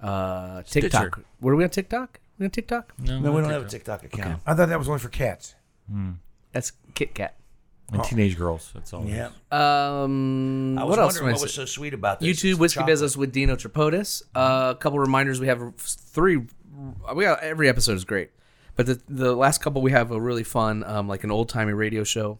D: uh, TikTok. What are we on TikTok? We on TikTok?
A: No, we don't have a TikTok account.
B: I thought that was only for cats.
D: That's Kit Kat.
C: and teenage girls. That's all.
A: Yeah.
D: Um,
A: I was
D: what else? am I
A: wondering what
D: say?
A: was so sweet about this.
D: YouTube
A: It's
D: Whiskey
A: chocolate.
D: Business with Dino Tripodis. Uh, a couple reminders. We have three. We got every episode is great, but the the last couple we have a really fun, um, like an old timey radio show.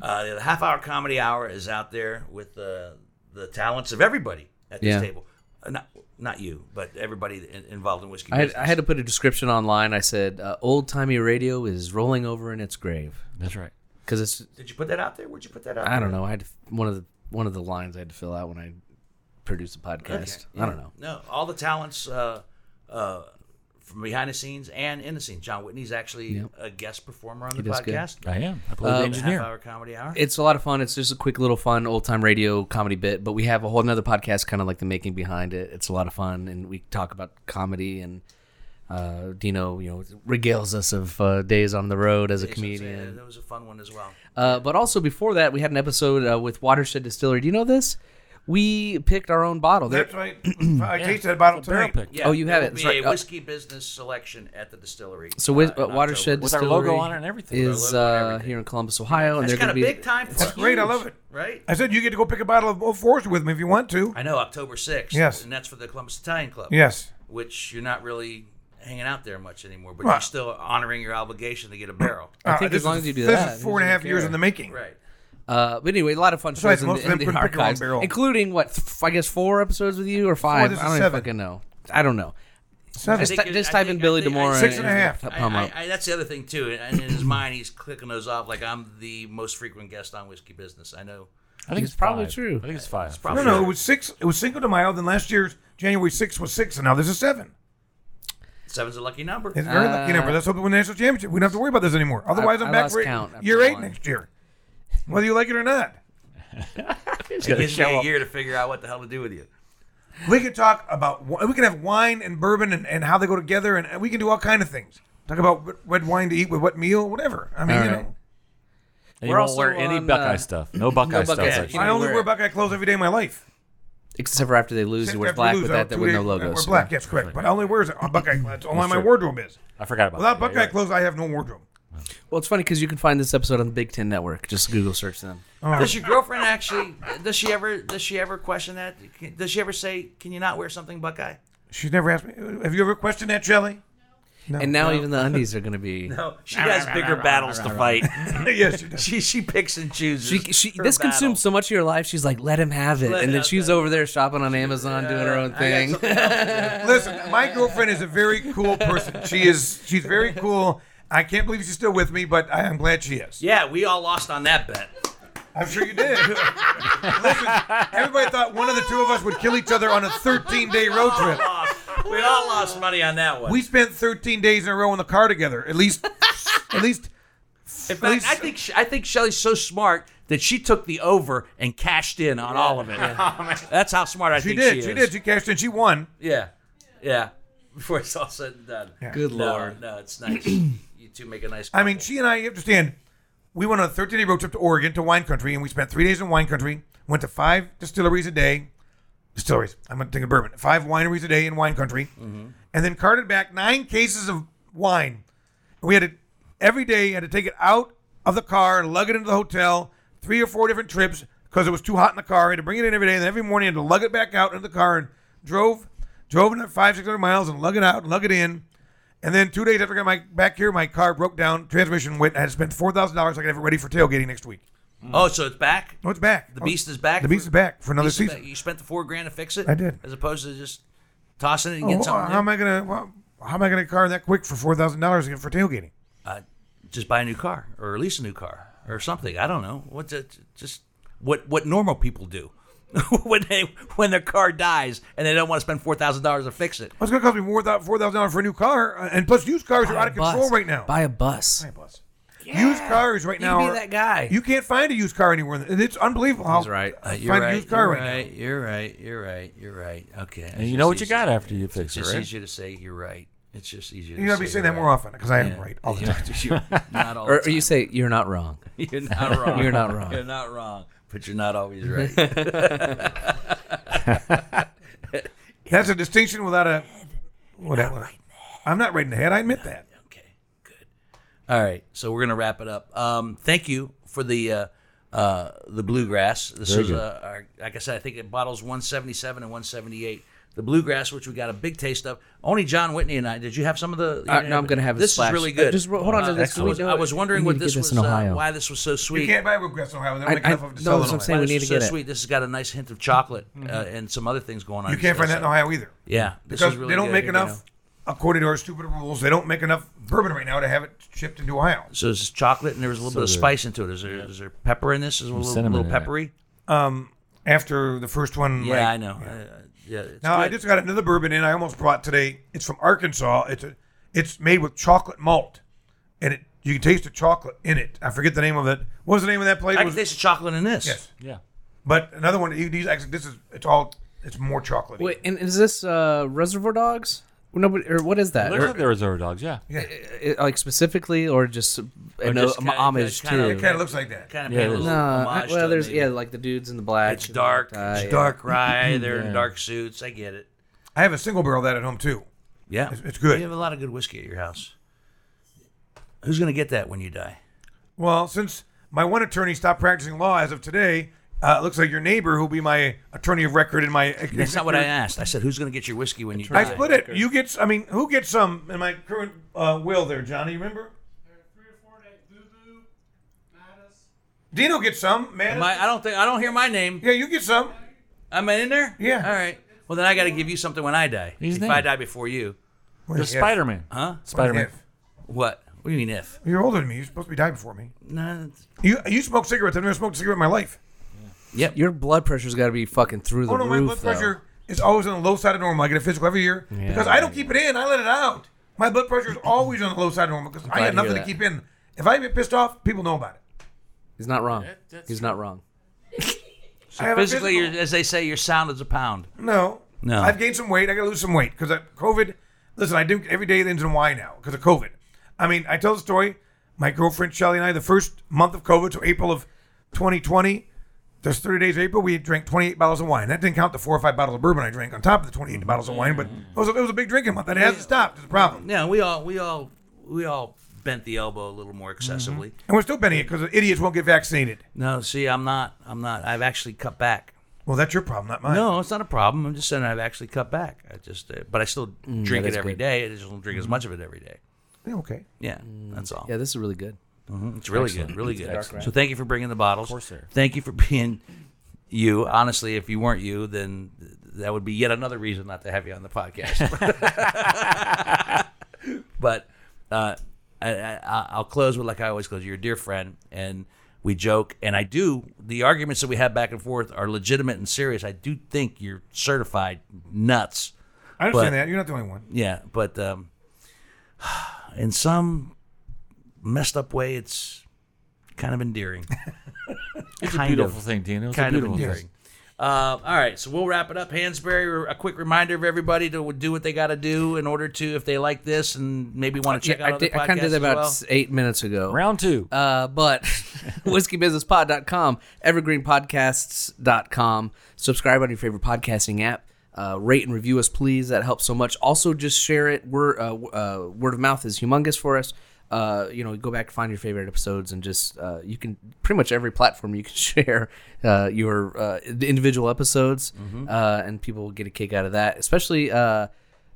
A: Uh, the half hour comedy hour is out there with uh, the talents of everybody at this
D: Yeah.
A: table. Uh, not, not you, but everybody in, involved in whiskey.
D: I had,
A: business.
D: I had to put a description online. I said uh, old timey radio is rolling over in its grave
C: That's right.
D: because it's
A: Did you put that out there? Where'd you put that out?
D: I don't
A: there?
D: know. I had to, one of the one of the lines I had to fill out when I produced the podcast. I don't know.
A: No, all the talents uh, uh, from behind the scenes and in the scene. John Whitney's actually a guest performer on the
D: does good.
A: podcast.
C: I am. I play the engineer.
A: Half hour comedy hour.
D: It's a lot of fun. It's just a quick little fun old time radio comedy bit, but we have a whole another podcast kind of like the making behind it. It's a lot of fun and we talk about comedy and uh, Dino, you know, regales us of uh, days on the road as a
A: Yeah,
D: comedian.
A: that was a fun one as well.
D: Uh, but also before that, we had an episode uh, with Watershed Distillery. Do you know this? We picked our own bottle. There,
B: That's right. I tasted that bottle
C: Barrel
B: tonight.
C: pick.
A: Yeah,
D: Oh, you have
A: there will
D: it. That's
A: Be
D: right.
A: a
D: Uh,
A: whiskey business selection at the distillery.
D: so with,
A: uh,
D: uh,
A: in
D: Watershed
C: With our
D: Distillery
C: logo on it and everything.
D: is
A: With our logo and
D: uh,
A: everything.
D: here in Columbus, Ohio,
A: October.
D: and
A: That's
D: they're
A: kind of
D: going to be
A: big time. It's
B: great. I
A: huge,
B: love it.
A: Right.
B: I said you get to go pick a bottle of Old Forester with me if you want to.
A: I know October sixth.
B: Yes.
A: and that's for the Columbus Italian Club.
B: Yes.
A: which you're not really hanging out there much anymore, but
B: Well-
A: you're still honoring your obligation to get a barrel.
B: I
D: think as long as you do
B: Uh, this
D: that,
B: is four and a
D: who's
B: half
D: gonna
B: years
D: care?
B: in the making.
A: Right.
D: Uh, but anyway, a lot of fun
B: Besides,
D: shows in
B: most of
D: the, in
B: them
D: the
B: couldn't pick their own
D: archives,
B: barrel.
D: including what f- I guess four episodes with you or five.
B: this
D: I
B: is
D: don't even
B: seven.
D: fucking know. I don't know.
B: Seven.
D: Just,
A: think
D: ty-
A: it-
D: just
A: I
D: type
A: think-
D: in
A: I
D: Billy
A: think-
D: DeMore.
A: I-
B: Six and a half.
D: it'll come
A: I,
D: up.
A: I, I, that's the other thing too, and in his mind he's clicking those off like I'm the most frequent guest on whiskey business. I know.
C: I think it's
D: probably
C: five.
D: true.
C: I think it's five.
A: Probably
B: No, no, it was six. It was Cinco de Mayo. Then last year's January 6th was six, and now this is seven.
A: seven's a lucky number.
B: It's very lucky number. That's hope we win the national championship. We don't have to worry about this anymore. Otherwise,
D: Uh, I-
B: I, am
D: I
B: back
D: lost
B: for it-
D: count after
B: year eight
D: one.
B: next year, whether you like it or not.
C: He's
A: It
C: gotta
A: gives me
C: show
A: a
C: up.
A: year to figure out what the hell to do with you.
B: We could talk about. wi- We can have wine and bourbon and, and how they go together, and, and we can do all kind of things. Talk about what, what wine to eat with what meal, whatever. I mean,
D: All
B: you
D: right.
B: know,
D: We're
C: And you won't
D: also
C: wear any
D: on,
C: Buckeye
D: uh,
C: stuff. No Buckeye stuff.
D: Buckeye
C: actually.
D: stuff.
B: I only
D: wear
B: wear
D: it.
B: Buckeye clothes every day of my life.
D: Except for after they lose, he
B: Except
D: wears
B: after
D: black with
B: we lose
D: that,
B: our
D: that
B: two
D: with no
B: days-
D: logos.
B: We're black, yes, correct. But I only wear a Buckeye. That's all my
C: true.
B: wardrobe is.
C: I forgot about that.
B: Without
C: Yeah,
B: Buckeye
C: you're right.
B: clothes, I have no wardrobe.
D: Well, it's funny because you can find this episode on the Big Ten Network. Just Google search them.
A: Does your girlfriend actually? Does she ever? Does she ever question that? Can- Does she ever say, "Can you not wear something, Buckeye"?
B: She's never asked me. Have you ever questioned that, Shelley?
D: And now even the undies are going to be.
A: No, she has bigger battles to fight.
B: yes, she does.
A: she she picks and chooses.
D: She, she,
A: her
D: this consumes
A: battles.
D: so much of your life. She's like, let him have it,
A: Let
D: and then
A: him
D: she's
A: have
D: over there shopping on Amazon, doing her own
A: I got
D: thing.
A: something else.
B: Listen, my girlfriend is a very cool person. She is. She's very cool. I can't believe she's still with me, but I am glad she is.
A: yeah, we all lost on that bet.
B: I'm sure you did. Listen, everybody thought one of the two of us would kill each other on a 13 day road trip.
A: We all lost money on that one.
B: We spent 13 days in a row in the car together. At least, at least,
A: In fact, I think she- I think Shelly's so smart that she took the over and cashed in on all of it. That's how smart I
B: Oh, she
A: think
B: did.
A: she
B: She,
A: is.
B: did. She cashed in. She won.
A: Yeah, yeah. Before it's all said and done.
D: Good
A: No,
D: lord.
A: no, it's nice. you two make a nice.
B: I mean,
A: couple.
B: she and I you understand. We went on a 13 day road trip to Oregon to wine country, and we spent three days in wine country. Went to five distilleries a day. Distilleries. I'm going to think of bourbon. Five wineries a day in wine country, and then carted back nine cases of wine. We had to every day had to take it out of the car and lug it into the hotel. Three or four different trips because it was too hot in the car. We had to bring it in every day, and then every morning had to lug it back out into the car and drove, drove another five six hundred miles and lug it out and lug it in. And then two days after I got my back here, my car broke down, transmission went. I had to spend four thousand dollars. I could have it ready for tailgating next week.
A: Oh, so it's back.
B: No, it's back.
A: The
B: Oh,
A: beast is back.
B: The beast
A: for-
B: is back for another
A: beast is back.
B: season.
A: You spent the four grand to fix it.
B: I did.
A: as opposed to just tossing it and
B: Oh,
A: getting
B: well,
A: something.
B: how am
A: new?
B: I gonna? Well, how am I gonna car that quick for four thousand dollars for tailgating?
A: uh, just buy a new car or lease a new car or something. I don't know. What the, just what what normal people do when they when their car dies and they don't want to spend four thousand dollars to fix it.
B: Well, it's gonna cost me more than four thousand dollars for a new car, uh, and plus used cars are out of control right now.
D: Buy a bus.
B: bus. Used cars right
D: You
B: now.
D: be
B: are-
D: that guy.
B: You can't find a used car anywhere. in the- It's unbelievable how
D: He's right.
B: uh,
D: Uh,
B: find a used car right, now.
A: You're right. You're right. You're right. Okay.
C: And you know what you got after you fix it,
A: It's just
C: right?
A: easier to say you're right. It's just easier.
B: You gotta be saying that more often because I am right all the time.
A: Not all
D: Or, or you say you're not wrong.
A: You're not wrong.
D: You're not wrong.
A: You're not wrong, but you're not always right.
B: That's a distinction without a. Whatever. I'm not right in the head. I admit that.
A: Okay, good. All right, so we're gonna wrap it up. Um, thank you for the uh, uh, the bluegrass. This is
C: good.
A: uh, our, like I said, I think it bottles 177 and 178. The bluegrass, which we got a big taste of. Only John Whitney and I. Did you have some of the?
D: Uh, no, I'm gonna have a
A: this.
D: splash.
A: is really
D: Uh,
A: good.
D: just ro- hold on to this.
A: I
D: We
A: was,
D: know
A: I
D: it.
A: was wondering
D: We
A: what
D: need to
A: this
D: get
A: was.
D: this in
A: uh,
D: Ohio.
A: why this was so sweet.
B: You can't buy bluegrass in Ohio. They don't
D: I-
B: make
D: I-
B: enough of
D: no,
B: to sell
D: that's
B: in
D: what I'm
B: Ohio.
D: saying.
A: Why
D: We
A: this
D: need
A: was
D: to get
A: so
D: it.
A: sweet. This has got a nice hint of chocolate uh, and some other things going on.
B: Mm-hmm. You can't find that in Ohio either.
A: Yeah, this
B: Because
A: is really
B: they don't
A: good.
B: make enough, according to our stupid rules, they don't make enough bourbon right now to have it shipped into Ohio.
A: So this is chocolate, and there was a little bit of
C: good.
A: spice into it. Is there, is there pepper in this? Is it a little,
C: cinnamon
A: little
C: in it.
A: peppery?
B: After the first one.
A: Yeah,
B: like-
A: I know. Uh, yeah, it's
B: Now, I
A: good.
B: just got another bourbon in I almost brought today. It's from Arkansas. It's a, it's made with chocolate malt, and it you can taste the chocolate in it. I forget the name of it. What was the name of that place?
A: I
B: It
A: can
B: was-
A: taste the chocolate in this.
B: yes.
C: Yeah.
B: But another one, you- these actually, this is it's all it's more chocolatey.
D: Wait, and is this uh, Reservoir Dogs? Nobody, or what is that?
C: Looks
D: Or,
C: like there was over dogs, yeah.
D: uh, like specifically, or just an
A: just
D: o-
A: kinda-
D: homage
A: kinda-
D: to?
A: kinda
B: Kind of looks like that.
A: Kind of
C: Yeah,
A: paying a
C: it is.
A: little
D: no, Uh, I,
A: homage to
D: well,
A: it,
D: there's
A: maybe.
D: yeah, like the dudes in the black.
A: It's
D: and
A: dark.
D: the tie,
A: it's
D: yeah.
A: dark rye. They're in dark suits. I get it.
B: I have a single barrel of that at home too.
A: Yeah,
B: It's, it's good.
A: You have a lot of good whiskey at your house. Who's gonna get that when you die?
B: Well, since my one attorney stopped practicing law as of today, uh, it looks like your neighbor who'll be my attorney of record in my.
A: That's not what I asked. I said, who's gonna get your whiskey when you
B: I
A: die?
B: split it. You get. s- I mean, who gets some in my current uh, will there, Johnny? You remember?
E: three or four days. Boo Boo, Mattis,
B: Dino gets some. Man,
A: My, I don't think I don't hear my name.
B: yeah, you get some.
A: Am I in there?
B: Yeah.
A: All right. Well, then I got to give you something when I die.
C: He's
A: if
C: named.
A: I die before you,
B: Well,
C: The
B: if-
C: Spider Man.
A: huh?
C: Spider Man.
B: if.
A: What? What do you mean if?
B: You're older than me. You're supposed to be dying before me.
A: No. it's-
B: You you smoke cigarettes. I've never smoked a cigarette in my life.
A: Yep.
D: Your blood pressure's got to be fucking through the
B: Oh no,
D: roof.
B: my blood
D: though.
B: pressure is always on the low side of normal. I get a physical every year because I don't keep it in. I let it out. My blood pressure is always on the low side of normal because I
D: glad
B: got
D: to
B: nothing
D: hear
B: to
D: that.
B: keep in. If I get pissed off, people know about it.
D: He's not wrong. He's not wrong.
B: I have a
A: Physically,
B: physical-
A: you're, as they say, your sound is a pound.
B: No.
A: No.
B: I've gained some weight. I got to lose some weight because COVID. Listen, I drink every day ends in Y now because of COVID. I mean, I tell the story. My girlfriend Shelly and I, the first month of COVID, so April of 2020, there's 30 days of April, we drank 28 bottles of wine. That didn't count the four or five bottles of bourbon I drank on top of the 28 bottles of wine, but it was a, it was a big drinking month. That hasn't stopped. It's a problem.
A: Yeah, we all we all we all bent the elbow a little more excessively.
B: And we're still betting it because idiots won't get vaccinated.
A: Mm-hmm. No, see, I'm not. I'm not. I've actually cut back.
B: Well, that's your problem, not mine.
A: No, it's not a problem. I'm just saying I've actually cut back. I just, uh, but I still drink it
D: that is
A: every
D: good.
A: day. I just don't drink as much of it every day.
B: Yeah, okay.
A: Yeah, that's all.
D: Yeah, this is really good.
A: It's really good, really good.
D: Excellent.
A: So thank you for bringing the bottles. Of
C: course, sir.
A: Thank you for being you. Honestly, if you weren't you, then th- that would be yet another reason not to have you on the podcast. but uh, I, I, I- I'll close with like I always close. You're a dear friend, and we joke, and I do. The arguments that we have back and forth are legitimate and serious. I do think you're certified nuts.
B: I
A: But-
B: understand that. You're not the only one.
A: Yeah, but um, in some messed up way, it's kind of endearing.
C: It's a
A: kind
C: beautiful
A: of-
C: thing, Dino. It's a
A: kind of
C: beautiful
A: endearing.
C: thing.
A: Uh, all right, so we'll wrap it up. Hansberry, a quick reminder of everybody to do what they got to do in order to, if they like this and maybe want to check out
D: I,
A: other
D: did, I kind of
A: podcasts as
D: did that about
A: well.
D: s- eight minutes ago.
C: Round two.
D: Uh, but whiskeybusinesspod.com, evergreenpodcasts.com. Subscribe on your favorite podcasting app. Uh, rate and review us, please. That helps so much. Also, just share it. Word, uh, w- uh, word of mouth is humongous for us. Uh, you know, go back find your favorite episodes, and just uh, you can pretty much every platform you can share uh, your uh, the individual episodes, uh, and people will get a kick out of that. Especially, uh,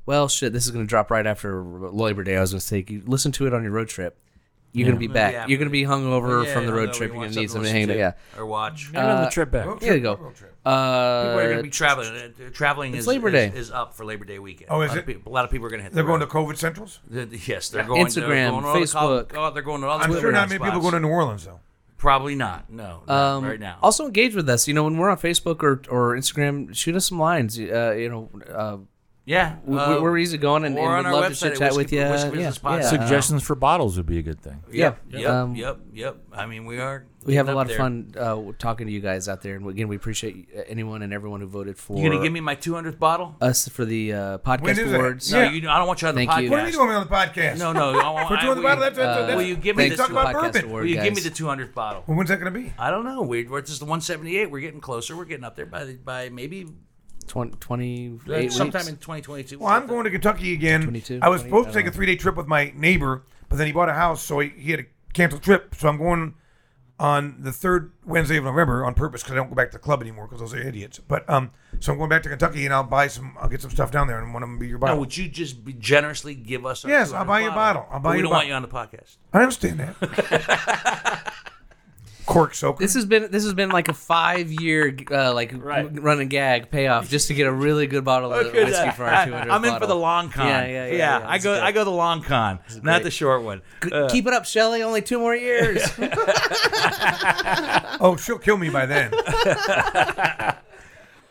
D: well, shit, this is going to drop right after Labor Day. I was going to say, you listen to it on your road trip. You're gonna be back.
A: Yeah.
D: You're gonna be hungover
A: Yeah,
D: from the
A: yeah,
D: road
A: no,
D: trip.
A: we
D: You're
A: want
D: gonna need
A: something
D: something
A: to
D: to hang.
A: listen
D: to-
A: to
D: Yeah.
A: or watch.
C: Maybe on the trip back.
B: Road
D: Here you
B: trip,
D: go.
B: road trip.
A: People are going
D: Uh,
A: to be traveling. Uh, uh, Traveling is
D: Labor
A: is-
D: Day.
A: is, up for Labor Day weekend.
B: Oh, is
A: a lot
B: it?
A: Of people, a lot of people are going to hit.
B: They're
A: the
B: going to
A: road.
B: COVID centrals.
A: The- Yes, they're going. to-
D: Instagram,
A: going to all the
D: Facebook.
A: col- oh, they're going to all the
B: I'm sure
A: Twitter
B: not many people
A: spots.
B: going to New Orleans though.
A: Probably not. No, not
D: um,
A: right now.
D: Also engage with us. You know, when we're on Facebook or, or Instagram, shoot us some lines. Uh, you know, uh,
A: yeah,
D: we,
A: uh,
D: we're easy going, and,
A: or
D: and
A: on
D: we'd
A: our
D: love to
A: website
D: chit
A: at
D: chat
A: Whiskey-
D: with you. Yeah,
A: Whiskey Business Pod.
D: yeah.
C: Suggestions for bottles would be a good thing.
A: Yep,
D: yeah,
A: yep,
D: um,
A: yep, yep. I mean, we are.
D: we have
A: getting
D: a
A: up
D: lot of
A: there.
D: fun uh, talking to you guys out there, and again, we appreciate uh, anyone and everyone who voted for
A: You gonna give me my 200th bottle?
D: us for the uh,
B: When
D: podcast
B: is it?
D: awards.
A: No,
B: Yeah.
A: you. I don't want you on the
D: Thank
A: podcast.
D: you.
B: What are you doing on the podcast?
A: No, no. I want,
B: We're doing the
A: I- will you-
B: bottle. That's, that's, that's,
A: uh, will you give me
D: Thanks
A: this
D: to
B: talk
D: the
B: about
D: podcast
B: bourbon?
A: Will
D: award,
A: you give me
D: guys.
A: the 200th bottle?
B: Well, when's that going to be?
A: I don't know. We're, we're just the 178. We're getting closer. We're getting up there by the- by maybe
D: Twen- 28
A: uh, sometime
D: weeks.
A: in 2022.
B: Well, I'm going to Kentucky again.
D: 22,
B: I was
D: 20,
B: supposed
D: I
B: to take a
D: don't
B: three day trip with my neighbor, but then he bought a house, so he, he had a canceled trip. So I'm going on the third Wednesday of November on purpose because I don't go back to the club anymore because those are idiots. But um, so I'm going back to Kentucky and I'll buy some. I'll get some stuff down there, and one of them will be your
A: Now,
B: bottle.
A: would you just be generously give us? Our
B: Yes, I'll
A: 200th
B: buy you a bottle. I'll buy
A: But
B: you
A: We
B: a
A: don't want
B: bottle.
A: you on the podcast.
B: I understand that. Cork soaker.
D: This has been this has been like a five year uh, like
C: Right.
D: run and gag payoff just to get a really good bottle of
A: Good,
D: whiskey
A: uh,
D: for our 200.
A: I'm in for the long con.
D: Yeah, yeah, yeah, yeah,
A: I
D: it's
A: go,
D: good.
A: I go the long con, not the short one. Uh,
D: Keep it up, Shelly. Only two more years.
B: Oh, she'll kill me by then.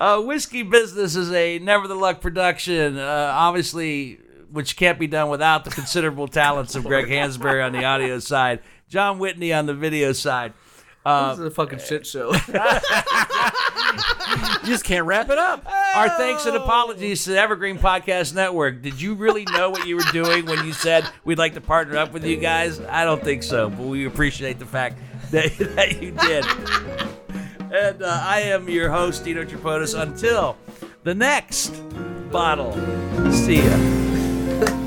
A: Uh, Whiskey Business is a Never the Luck production, uh, obviously, which can't be done without the considerable talents of Greg Hansberry on the audio side, John Whitney on the video side.
D: this is a fucking shit show.
C: You just can't wrap it up.
A: Our thanks and apologies to the Evergreen Podcast Network. Did you really know what you were doing when you said we'd like to partner up with you guys? I don't think so, but we appreciate the fact that, that you did. and uh, I am your host, Dino Tripodis. Until the next bottle, see ya.